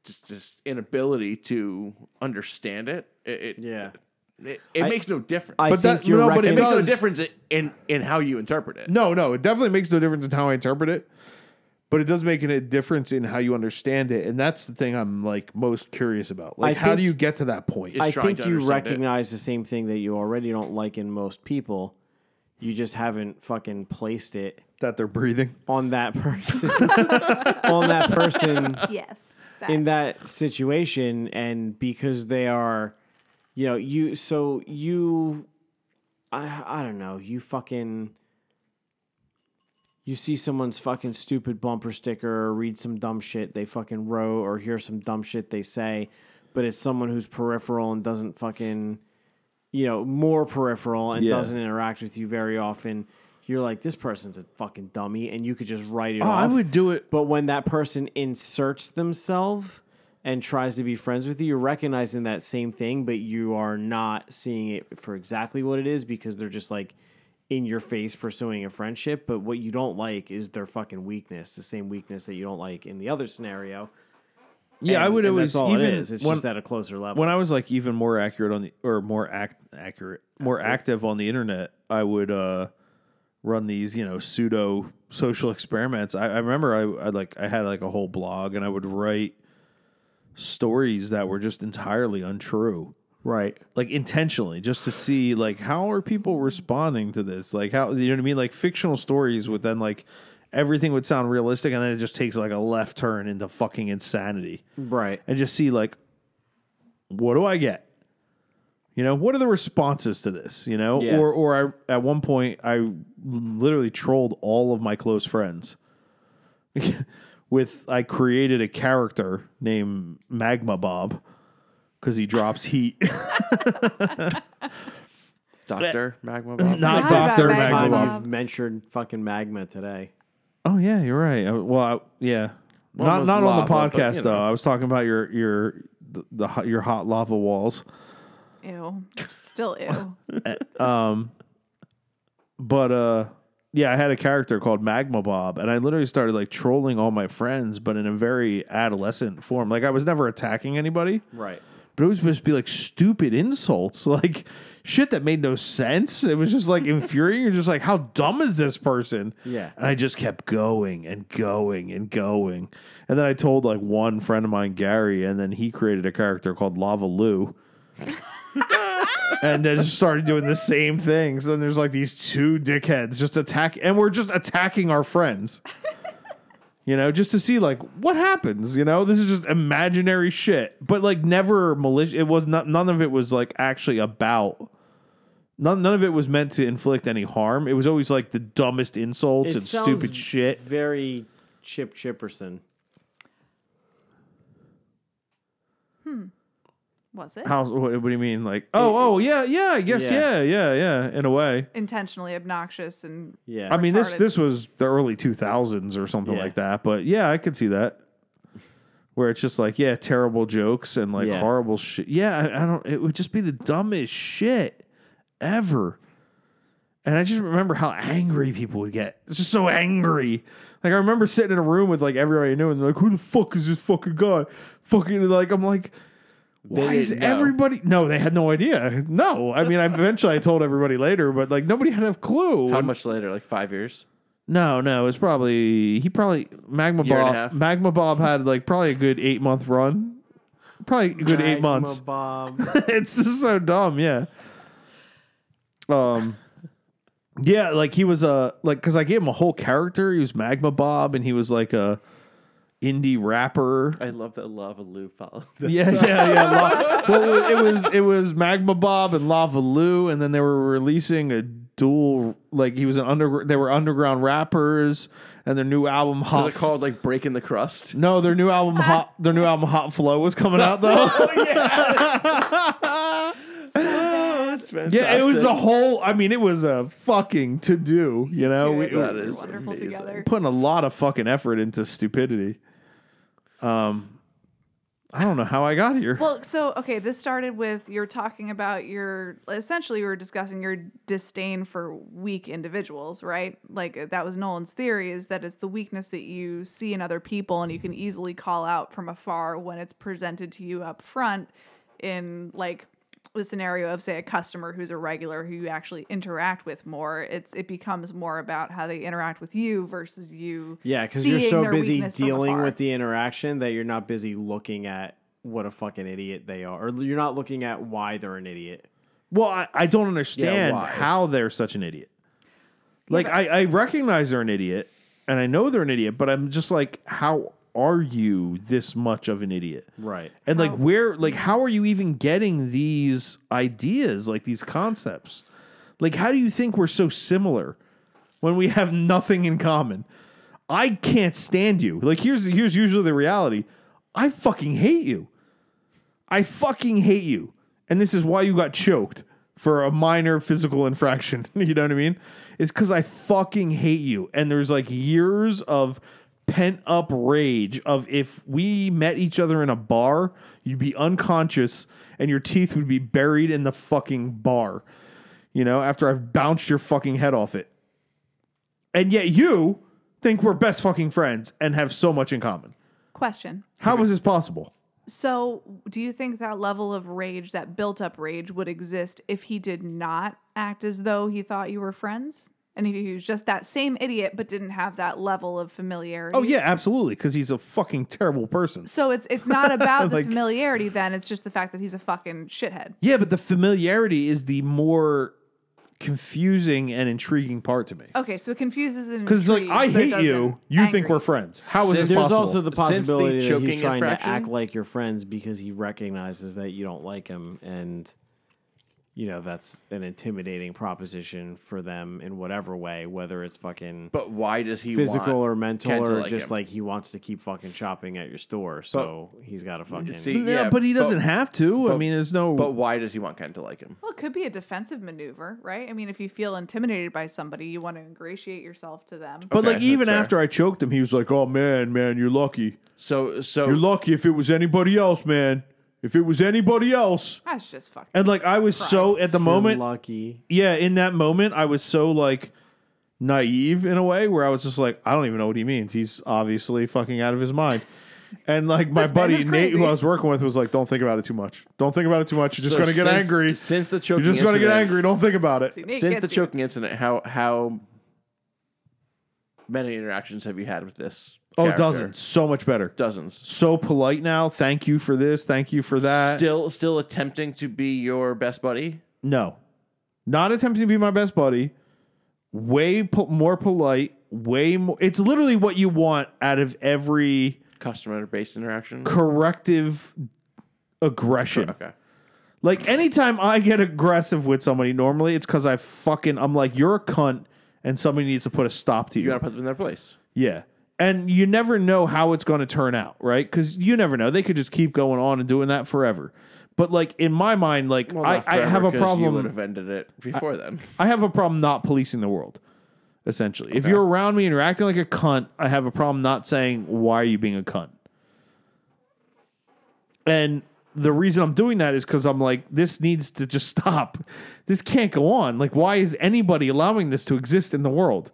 [SPEAKER 4] just just inability to understand it, it, it
[SPEAKER 5] yeah
[SPEAKER 4] It, it
[SPEAKER 5] I-
[SPEAKER 4] makes no difference.
[SPEAKER 5] I
[SPEAKER 10] But
[SPEAKER 5] think
[SPEAKER 10] that-
[SPEAKER 5] you're
[SPEAKER 10] no, but
[SPEAKER 4] it
[SPEAKER 5] reckoning-
[SPEAKER 10] it
[SPEAKER 4] makes no
[SPEAKER 10] does-
[SPEAKER 4] difference in, in in how you interpret it.
[SPEAKER 10] no, no. It definitely makes no difference in how I interpret it, but it does make a difference in how you understand it, and that's the thing I'm like most curious about. Like,
[SPEAKER 5] I
[SPEAKER 10] how
[SPEAKER 5] think-
[SPEAKER 10] do you get to that point?
[SPEAKER 4] is
[SPEAKER 5] I
[SPEAKER 4] trying
[SPEAKER 5] think
[SPEAKER 4] to
[SPEAKER 5] you
[SPEAKER 4] understand it.
[SPEAKER 5] recognize the same thing that you already don't like in most people. You just haven't fucking placed it
[SPEAKER 10] that they're breathing.
[SPEAKER 5] on that person, on that person
[SPEAKER 2] yes.
[SPEAKER 5] in that situation, and because they are, you know, you so you, I I don't know, you fucking. You see someone's fucking stupid bumper sticker or read some dumb shit they fucking wrote or hear some dumb shit they say, but it's someone who's peripheral and doesn't fucking you know, more peripheral and
[SPEAKER 10] Yeah.
[SPEAKER 5] doesn't interact with you very often, you're like, this person's a fucking dummy, and you could just write it
[SPEAKER 10] Oh, I
[SPEAKER 5] off.
[SPEAKER 10] would do it-
[SPEAKER 5] But when that person inserts themselves and tries to be friends with you, you're recognizing that same thing, but you are not seeing it for exactly what it is because they're just like in your face pursuing a friendship. But what you don't like is their fucking weakness, the same weakness that you don't like in the other scenario.
[SPEAKER 10] Yeah, I
[SPEAKER 5] And-
[SPEAKER 10] would
[SPEAKER 5] and
[SPEAKER 10] always
[SPEAKER 5] that's all
[SPEAKER 10] even
[SPEAKER 5] it is. It's
[SPEAKER 10] when,
[SPEAKER 5] just at a closer level.
[SPEAKER 10] when I was like even more accurate on the or more act accurate, more active on the internet, I would uh run these you know pseudo social experiments. I, I remember I, I like I had like a whole blog and I would write stories that were just entirely untrue
[SPEAKER 5] right.
[SPEAKER 10] like intentionally just to see like how are people responding to this like how you know what i mean like fictional stories would then like everything would sound realistic and then it just takes like a left turn into fucking insanity
[SPEAKER 5] Right.
[SPEAKER 10] and just see like what do I get? You know, what are the responses to this? You know,
[SPEAKER 5] Yeah.
[SPEAKER 10] or or I at one point I literally trolled all of my close friends with I created a character named Magma Bob because he drops heat,
[SPEAKER 4] Doctor Magma Bob.
[SPEAKER 10] not
[SPEAKER 2] Hi,
[SPEAKER 10] Doctor
[SPEAKER 2] Magma
[SPEAKER 10] Magma
[SPEAKER 5] time
[SPEAKER 10] Bob.
[SPEAKER 2] Bob.
[SPEAKER 5] you've mentioned fucking magma today.
[SPEAKER 10] Oh yeah, you're right. I, well, I, yeah, not
[SPEAKER 4] was
[SPEAKER 10] not on the
[SPEAKER 4] lava, but, you
[SPEAKER 10] podcast
[SPEAKER 4] know.
[SPEAKER 10] though. I was talking about your your the, the hot- your hot lava walls.
[SPEAKER 2] Um, Ew. Still ew.
[SPEAKER 10] but uh yeah i had a character called magma bob and i literally started like trolling all my friends but in a very adolescent form like i was never attacking anybody
[SPEAKER 5] Right.
[SPEAKER 10] but it was supposed to be like stupid insults like shit that made no sense it was just like infuriating you're just like how dumb is this person
[SPEAKER 5] Yeah.
[SPEAKER 10] and i just kept going and going and going and then i told like one friend of mine gary and then he created a character called lava lou and then just started doing the same things. Then there's like these two dickheads just attack, and we're just attacking our friends. you know, just to see like what happens. You know, this is just imaginary shit, but like never malicious. It was not none of it was like actually about None, none of it was meant to inflict any harm. It was always like the dumbest insults
[SPEAKER 3] It
[SPEAKER 10] and
[SPEAKER 3] sounds
[SPEAKER 10] stupid shit.
[SPEAKER 3] Very Chip Chipperson.
[SPEAKER 2] Was it?
[SPEAKER 10] How? What, what do you mean? Like, oh, oh, yeah, yeah, I guess,
[SPEAKER 3] Yeah.
[SPEAKER 10] yeah, yeah, yeah. In a way,
[SPEAKER 2] Intentionally obnoxious and
[SPEAKER 3] Yeah.
[SPEAKER 10] I mean this
[SPEAKER 2] Retarded.
[SPEAKER 10] this was the early two thousands or something
[SPEAKER 3] Yeah.
[SPEAKER 10] like that. But yeah, I could see that where it's just like yeah, terrible jokes and like
[SPEAKER 3] Yeah.
[SPEAKER 10] horrible shit. Yeah, I, I don't. It would just be the dumbest shit ever. And I just remember how angry people would get. It's just so angry. Like I remember sitting in a room with like everybody I knew, and they're like, "Who the fuck is this fucking guy?" Fucking like I'm like. Why is
[SPEAKER 4] didn't know.
[SPEAKER 10] everybody? No, they had no idea. No, I mean, I eventually I told everybody later, but like nobody had a clue.
[SPEAKER 4] How
[SPEAKER 10] And-
[SPEAKER 4] much later? Like five years?
[SPEAKER 10] no, no, it's probably he probably Magma
[SPEAKER 4] Year and a
[SPEAKER 10] Bob.
[SPEAKER 4] half.
[SPEAKER 10] Magma Bob had like probably a good eight month run, probably a good eight months.
[SPEAKER 3] Bob.
[SPEAKER 10] it's just so dumb, yeah. Um, yeah, like he was a like because I gave him a whole character. He was Magma Bob, and he was like a indie rapper.
[SPEAKER 4] I love that Lava Lou followed.
[SPEAKER 10] Yeah, yeah, yeah. La- well, it was it was Magma Bob and Lava Lou, and then they were releasing a dual like he was an under they were underground rappers, and their new album Hot.
[SPEAKER 4] Was it called like Breaking the Crust?
[SPEAKER 10] no, their new album Hot. Their new album Hot Flow was coming out though.
[SPEAKER 4] That's fantastic.
[SPEAKER 10] yeah, it was a whole. I mean, it was a fucking to do. You know, oh, we,
[SPEAKER 2] Dude,
[SPEAKER 4] that
[SPEAKER 2] they're
[SPEAKER 4] is
[SPEAKER 2] wonderful
[SPEAKER 4] amazing.
[SPEAKER 2] together.
[SPEAKER 10] putting a lot of fucking effort into stupidity. Um, I don't know how I got here.
[SPEAKER 2] Well, so okay, this started with you're talking about your essentially you were discussing your disdain for weak individuals, right? Like uh, that was Nolan's theory is that it's the weakness that you see in other people and you can easily call out from afar when it's presented to you up front in like the scenario of say a customer who's a regular who you actually interact with more it's it becomes more about how they interact with you versus you
[SPEAKER 3] Yeah, because you're
[SPEAKER 2] seeing
[SPEAKER 3] so
[SPEAKER 2] their
[SPEAKER 3] busy
[SPEAKER 2] weakness from
[SPEAKER 3] dealing
[SPEAKER 2] afar.
[SPEAKER 3] with the interaction that you're not busy looking at what a fucking idiot they are, or you're not looking at why they're an idiot.
[SPEAKER 10] Well, I, I don't understand
[SPEAKER 3] why?
[SPEAKER 10] how they're such an idiot. Like I, I recognize they're an idiot and I know they're an idiot, but I'm just like, how are you this much of an idiot?
[SPEAKER 3] Right.
[SPEAKER 10] And like where like how are you even getting these ideas, like these concepts? Like how do you think we're so similar when we have nothing in common? I can't stand you. Like here's here's usually the reality. I fucking hate you. I fucking hate you. And this is why you got choked for a minor physical infraction. you know what I mean? It's because I fucking hate you. And there's like years of pent up rage of if we met each other in a bar, you'd be unconscious and your teeth would be buried in the fucking bar. You know, after I've bounced your fucking head off it. And yet you think we're best fucking friends and have so much in common.
[SPEAKER 2] question
[SPEAKER 10] How is this possible?
[SPEAKER 2] So, do you think that level of rage, that built up rage, would exist if he did not act as though he thought you were friends? And if he was just that same idiot but didn't have that level of familiarity?
[SPEAKER 10] Oh yeah, absolutely, because he's a fucking terrible person.
[SPEAKER 2] So it's it's not about the
[SPEAKER 10] Like-
[SPEAKER 2] familiarity then, it's just the fact that he's a fucking shithead.
[SPEAKER 10] Yeah, but the familiarity is the more confusing and intriguing part to me.
[SPEAKER 2] Okay, so it confuses and
[SPEAKER 10] Because it's like
[SPEAKER 2] intrigues,
[SPEAKER 10] I
[SPEAKER 2] but it
[SPEAKER 10] hate you,
[SPEAKER 2] doesn't
[SPEAKER 10] you
[SPEAKER 2] angry.
[SPEAKER 10] think we're friends. How is
[SPEAKER 4] Since-
[SPEAKER 10] this
[SPEAKER 3] There's
[SPEAKER 10] possible?
[SPEAKER 3] also the
[SPEAKER 4] Since the
[SPEAKER 3] possibility that
[SPEAKER 4] choking
[SPEAKER 3] he's trying
[SPEAKER 4] infraction-
[SPEAKER 3] to act like your friends because he recognizes that you don't like him, and you know that's an intimidating proposition for them in whatever way, whether it's fucking
[SPEAKER 4] But why does he
[SPEAKER 3] physical
[SPEAKER 4] want
[SPEAKER 3] or mental
[SPEAKER 4] Ken to
[SPEAKER 3] or
[SPEAKER 4] like
[SPEAKER 3] just
[SPEAKER 4] him?
[SPEAKER 3] like he wants to keep fucking shopping at your store, so he's got to fucking
[SPEAKER 4] see,
[SPEAKER 10] No,
[SPEAKER 4] yeah,
[SPEAKER 10] but he doesn't have to. I
[SPEAKER 4] but-
[SPEAKER 10] mean, there's no.
[SPEAKER 4] But why does he want Ken to like him?
[SPEAKER 2] Well, it could be a defensive maneuver, right? I mean, if you feel intimidated by somebody, you want to ingratiate yourself to them.
[SPEAKER 10] but
[SPEAKER 4] Okay,
[SPEAKER 10] like even
[SPEAKER 4] that's fair.
[SPEAKER 10] after I choked him, he was like, "Oh man, man, you're lucky.
[SPEAKER 4] So so
[SPEAKER 10] You're lucky. If it was anybody else, man. If it was anybody else."
[SPEAKER 2] That's just fucking.
[SPEAKER 10] And like I was so at the moment,
[SPEAKER 3] lucky.
[SPEAKER 10] yeah, in that moment, I was so like naive in a way where I was just like, I don't even know what he means. He's obviously fucking out of his mind. And like my
[SPEAKER 2] This man
[SPEAKER 10] buddy
[SPEAKER 2] is
[SPEAKER 10] Nate, who
[SPEAKER 2] crazy.
[SPEAKER 10] I was working with, was like, "Don't think about it too much. Don't think about it too much. You're just
[SPEAKER 4] So
[SPEAKER 10] gonna get
[SPEAKER 4] since-
[SPEAKER 10] angry.
[SPEAKER 4] since the
[SPEAKER 10] You're
[SPEAKER 4] choking.
[SPEAKER 10] just gonna get
[SPEAKER 4] incident-
[SPEAKER 10] angry. Don't think about it."
[SPEAKER 2] Nate
[SPEAKER 4] Since the
[SPEAKER 2] gets you.
[SPEAKER 4] choking incident, how how many interactions have you had with this?
[SPEAKER 10] Oh,
[SPEAKER 4] character?
[SPEAKER 10] dozens. So much better.
[SPEAKER 4] dozens.
[SPEAKER 10] So polite now. Thank you for this. Thank you for that.
[SPEAKER 4] still still attempting to be your best buddy.
[SPEAKER 10] No, not attempting to be my best buddy. Way po- more polite. Way more. It's literally what you want out of every
[SPEAKER 4] Customer based interaction.
[SPEAKER 10] corrective aggression.
[SPEAKER 4] Okay.
[SPEAKER 10] Like anytime I get aggressive with somebody, normally it's because I fucking I'm like you're a cunt, and somebody needs to put a stop to you.
[SPEAKER 4] You gotta put them in their place.
[SPEAKER 10] Yeah. And you never know how it's going to turn out, right? Because you never know. They could just keep going on and doing that forever. But like in my mind, like
[SPEAKER 4] Well,
[SPEAKER 10] I,
[SPEAKER 4] not
[SPEAKER 10] I
[SPEAKER 4] forever,
[SPEAKER 10] have a
[SPEAKER 4] 'cause You would
[SPEAKER 10] problem.
[SPEAKER 4] have ended it before then.
[SPEAKER 10] I have a problem not policing the world. Essentially, if you're around me and you're acting like a cunt, I have a problem not saying why are you being a cunt. And the reason I'm doing that is because I'm like, this needs to just stop. This can't go on. Like, why is anybody allowing this to exist in the world?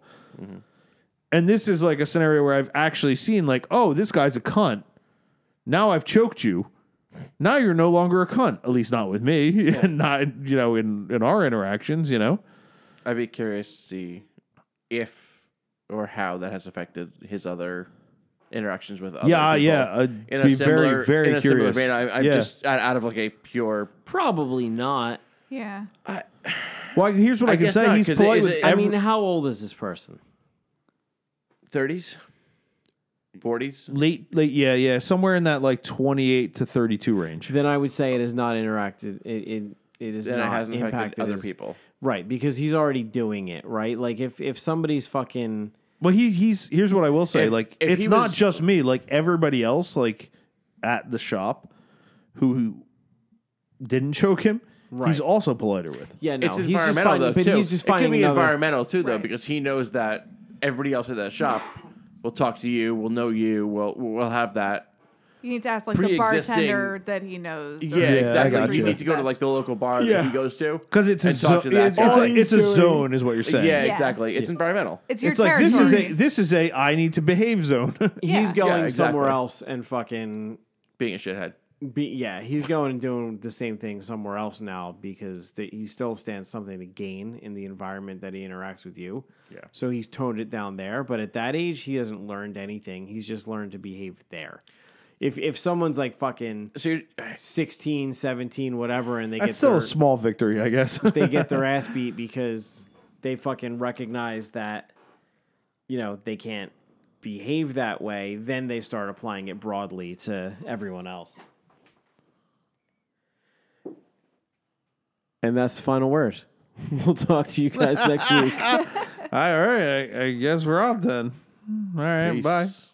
[SPEAKER 10] And this is like a scenario where I've actually seen, like, oh, this guy's a cunt. Now I've choked you. Now you're no longer a cunt, at least not with me, and not, you know, in, in our interactions, you know?
[SPEAKER 4] I'd be curious to see if or how that has affected his other interactions with other
[SPEAKER 10] Yeah,
[SPEAKER 4] people.
[SPEAKER 10] yeah, I'd be very, very
[SPEAKER 4] in a similar
[SPEAKER 10] curious.
[SPEAKER 4] vein, I, I'm
[SPEAKER 10] Yeah.
[SPEAKER 4] just out, out of like a pure.
[SPEAKER 5] Probably not.
[SPEAKER 2] Yeah.
[SPEAKER 10] Well, here's what I, can
[SPEAKER 4] guess
[SPEAKER 10] say.
[SPEAKER 4] not,
[SPEAKER 10] He's
[SPEAKER 4] 'cause
[SPEAKER 10] polite
[SPEAKER 4] is
[SPEAKER 10] with
[SPEAKER 4] it-
[SPEAKER 10] every-
[SPEAKER 5] I mean, how old is this person?
[SPEAKER 4] 30s, 40s.
[SPEAKER 10] late, late, yeah, yeah, somewhere in that like 28 to 32 range.
[SPEAKER 5] Then I would say it is not interacted. It it, it is
[SPEAKER 4] Then it
[SPEAKER 5] not
[SPEAKER 4] hasn't affected
[SPEAKER 5] impacted
[SPEAKER 4] other
[SPEAKER 5] his-
[SPEAKER 4] people.
[SPEAKER 5] right? Because he's already doing it, right? Like if if somebody's fucking
[SPEAKER 10] But he, he's here's what I will say.
[SPEAKER 4] If-
[SPEAKER 10] like,
[SPEAKER 4] if
[SPEAKER 10] it's
[SPEAKER 4] he
[SPEAKER 10] not
[SPEAKER 4] was-
[SPEAKER 10] just me. Like everybody else, like at the shop, who, who didn't choke him, he's
[SPEAKER 5] Right.
[SPEAKER 10] also politer with.
[SPEAKER 5] yeah, no,
[SPEAKER 4] it's
[SPEAKER 5] he's
[SPEAKER 4] environmental
[SPEAKER 5] just finding,
[SPEAKER 4] though
[SPEAKER 5] but
[SPEAKER 4] too.
[SPEAKER 5] he's just
[SPEAKER 4] it could
[SPEAKER 5] finding
[SPEAKER 4] be
[SPEAKER 5] another-
[SPEAKER 4] environmental too though because he knows that everybody else at that shop will talk to you, will know you, will will have that
[SPEAKER 2] You need to ask like the
[SPEAKER 4] Pre-existing-
[SPEAKER 2] bartender that he knows.
[SPEAKER 4] Yeah,
[SPEAKER 10] I
[SPEAKER 4] exactly.
[SPEAKER 10] gotcha.
[SPEAKER 4] You need to go to like the local bar
[SPEAKER 10] Yeah.
[SPEAKER 4] that he goes to
[SPEAKER 10] Because it's a
[SPEAKER 4] and talk
[SPEAKER 10] zo-
[SPEAKER 4] to that.
[SPEAKER 10] it's,
[SPEAKER 4] guy.
[SPEAKER 10] it's, like,
[SPEAKER 6] he's
[SPEAKER 10] it's a
[SPEAKER 6] doing-
[SPEAKER 10] zone, is what you're
[SPEAKER 4] yeah,
[SPEAKER 10] saying.
[SPEAKER 2] Yeah.
[SPEAKER 4] exactly. It's environmental.
[SPEAKER 2] It's your
[SPEAKER 10] It's like this is
[SPEAKER 2] territory.
[SPEAKER 10] a this is a I need to behave zone.
[SPEAKER 5] He's going somewhere
[SPEAKER 4] exactly.
[SPEAKER 5] else and fucking
[SPEAKER 4] Being a shithead.
[SPEAKER 5] be, yeah, he's going and doing the same thing somewhere else now because th- he still stands something to gain in the environment that he interacts with you.
[SPEAKER 4] Yeah.
[SPEAKER 5] So he's toned it down there, but at that age, he hasn't learned anything. He's just learned to behave there. If if someone's like fucking
[SPEAKER 4] So you're,
[SPEAKER 5] 16, 17, whatever, and they
[SPEAKER 10] That's
[SPEAKER 5] get
[SPEAKER 10] still
[SPEAKER 5] their,
[SPEAKER 10] a small victory, I guess.
[SPEAKER 5] they get their ass beat because they fucking recognize that you know they can't behave that way, then they start applying it broadly to everyone else.
[SPEAKER 3] And that's the final word. we'll talk to you guys next week.
[SPEAKER 10] all right, I, I guess we're off then. All right, bye.
[SPEAKER 4] Peace.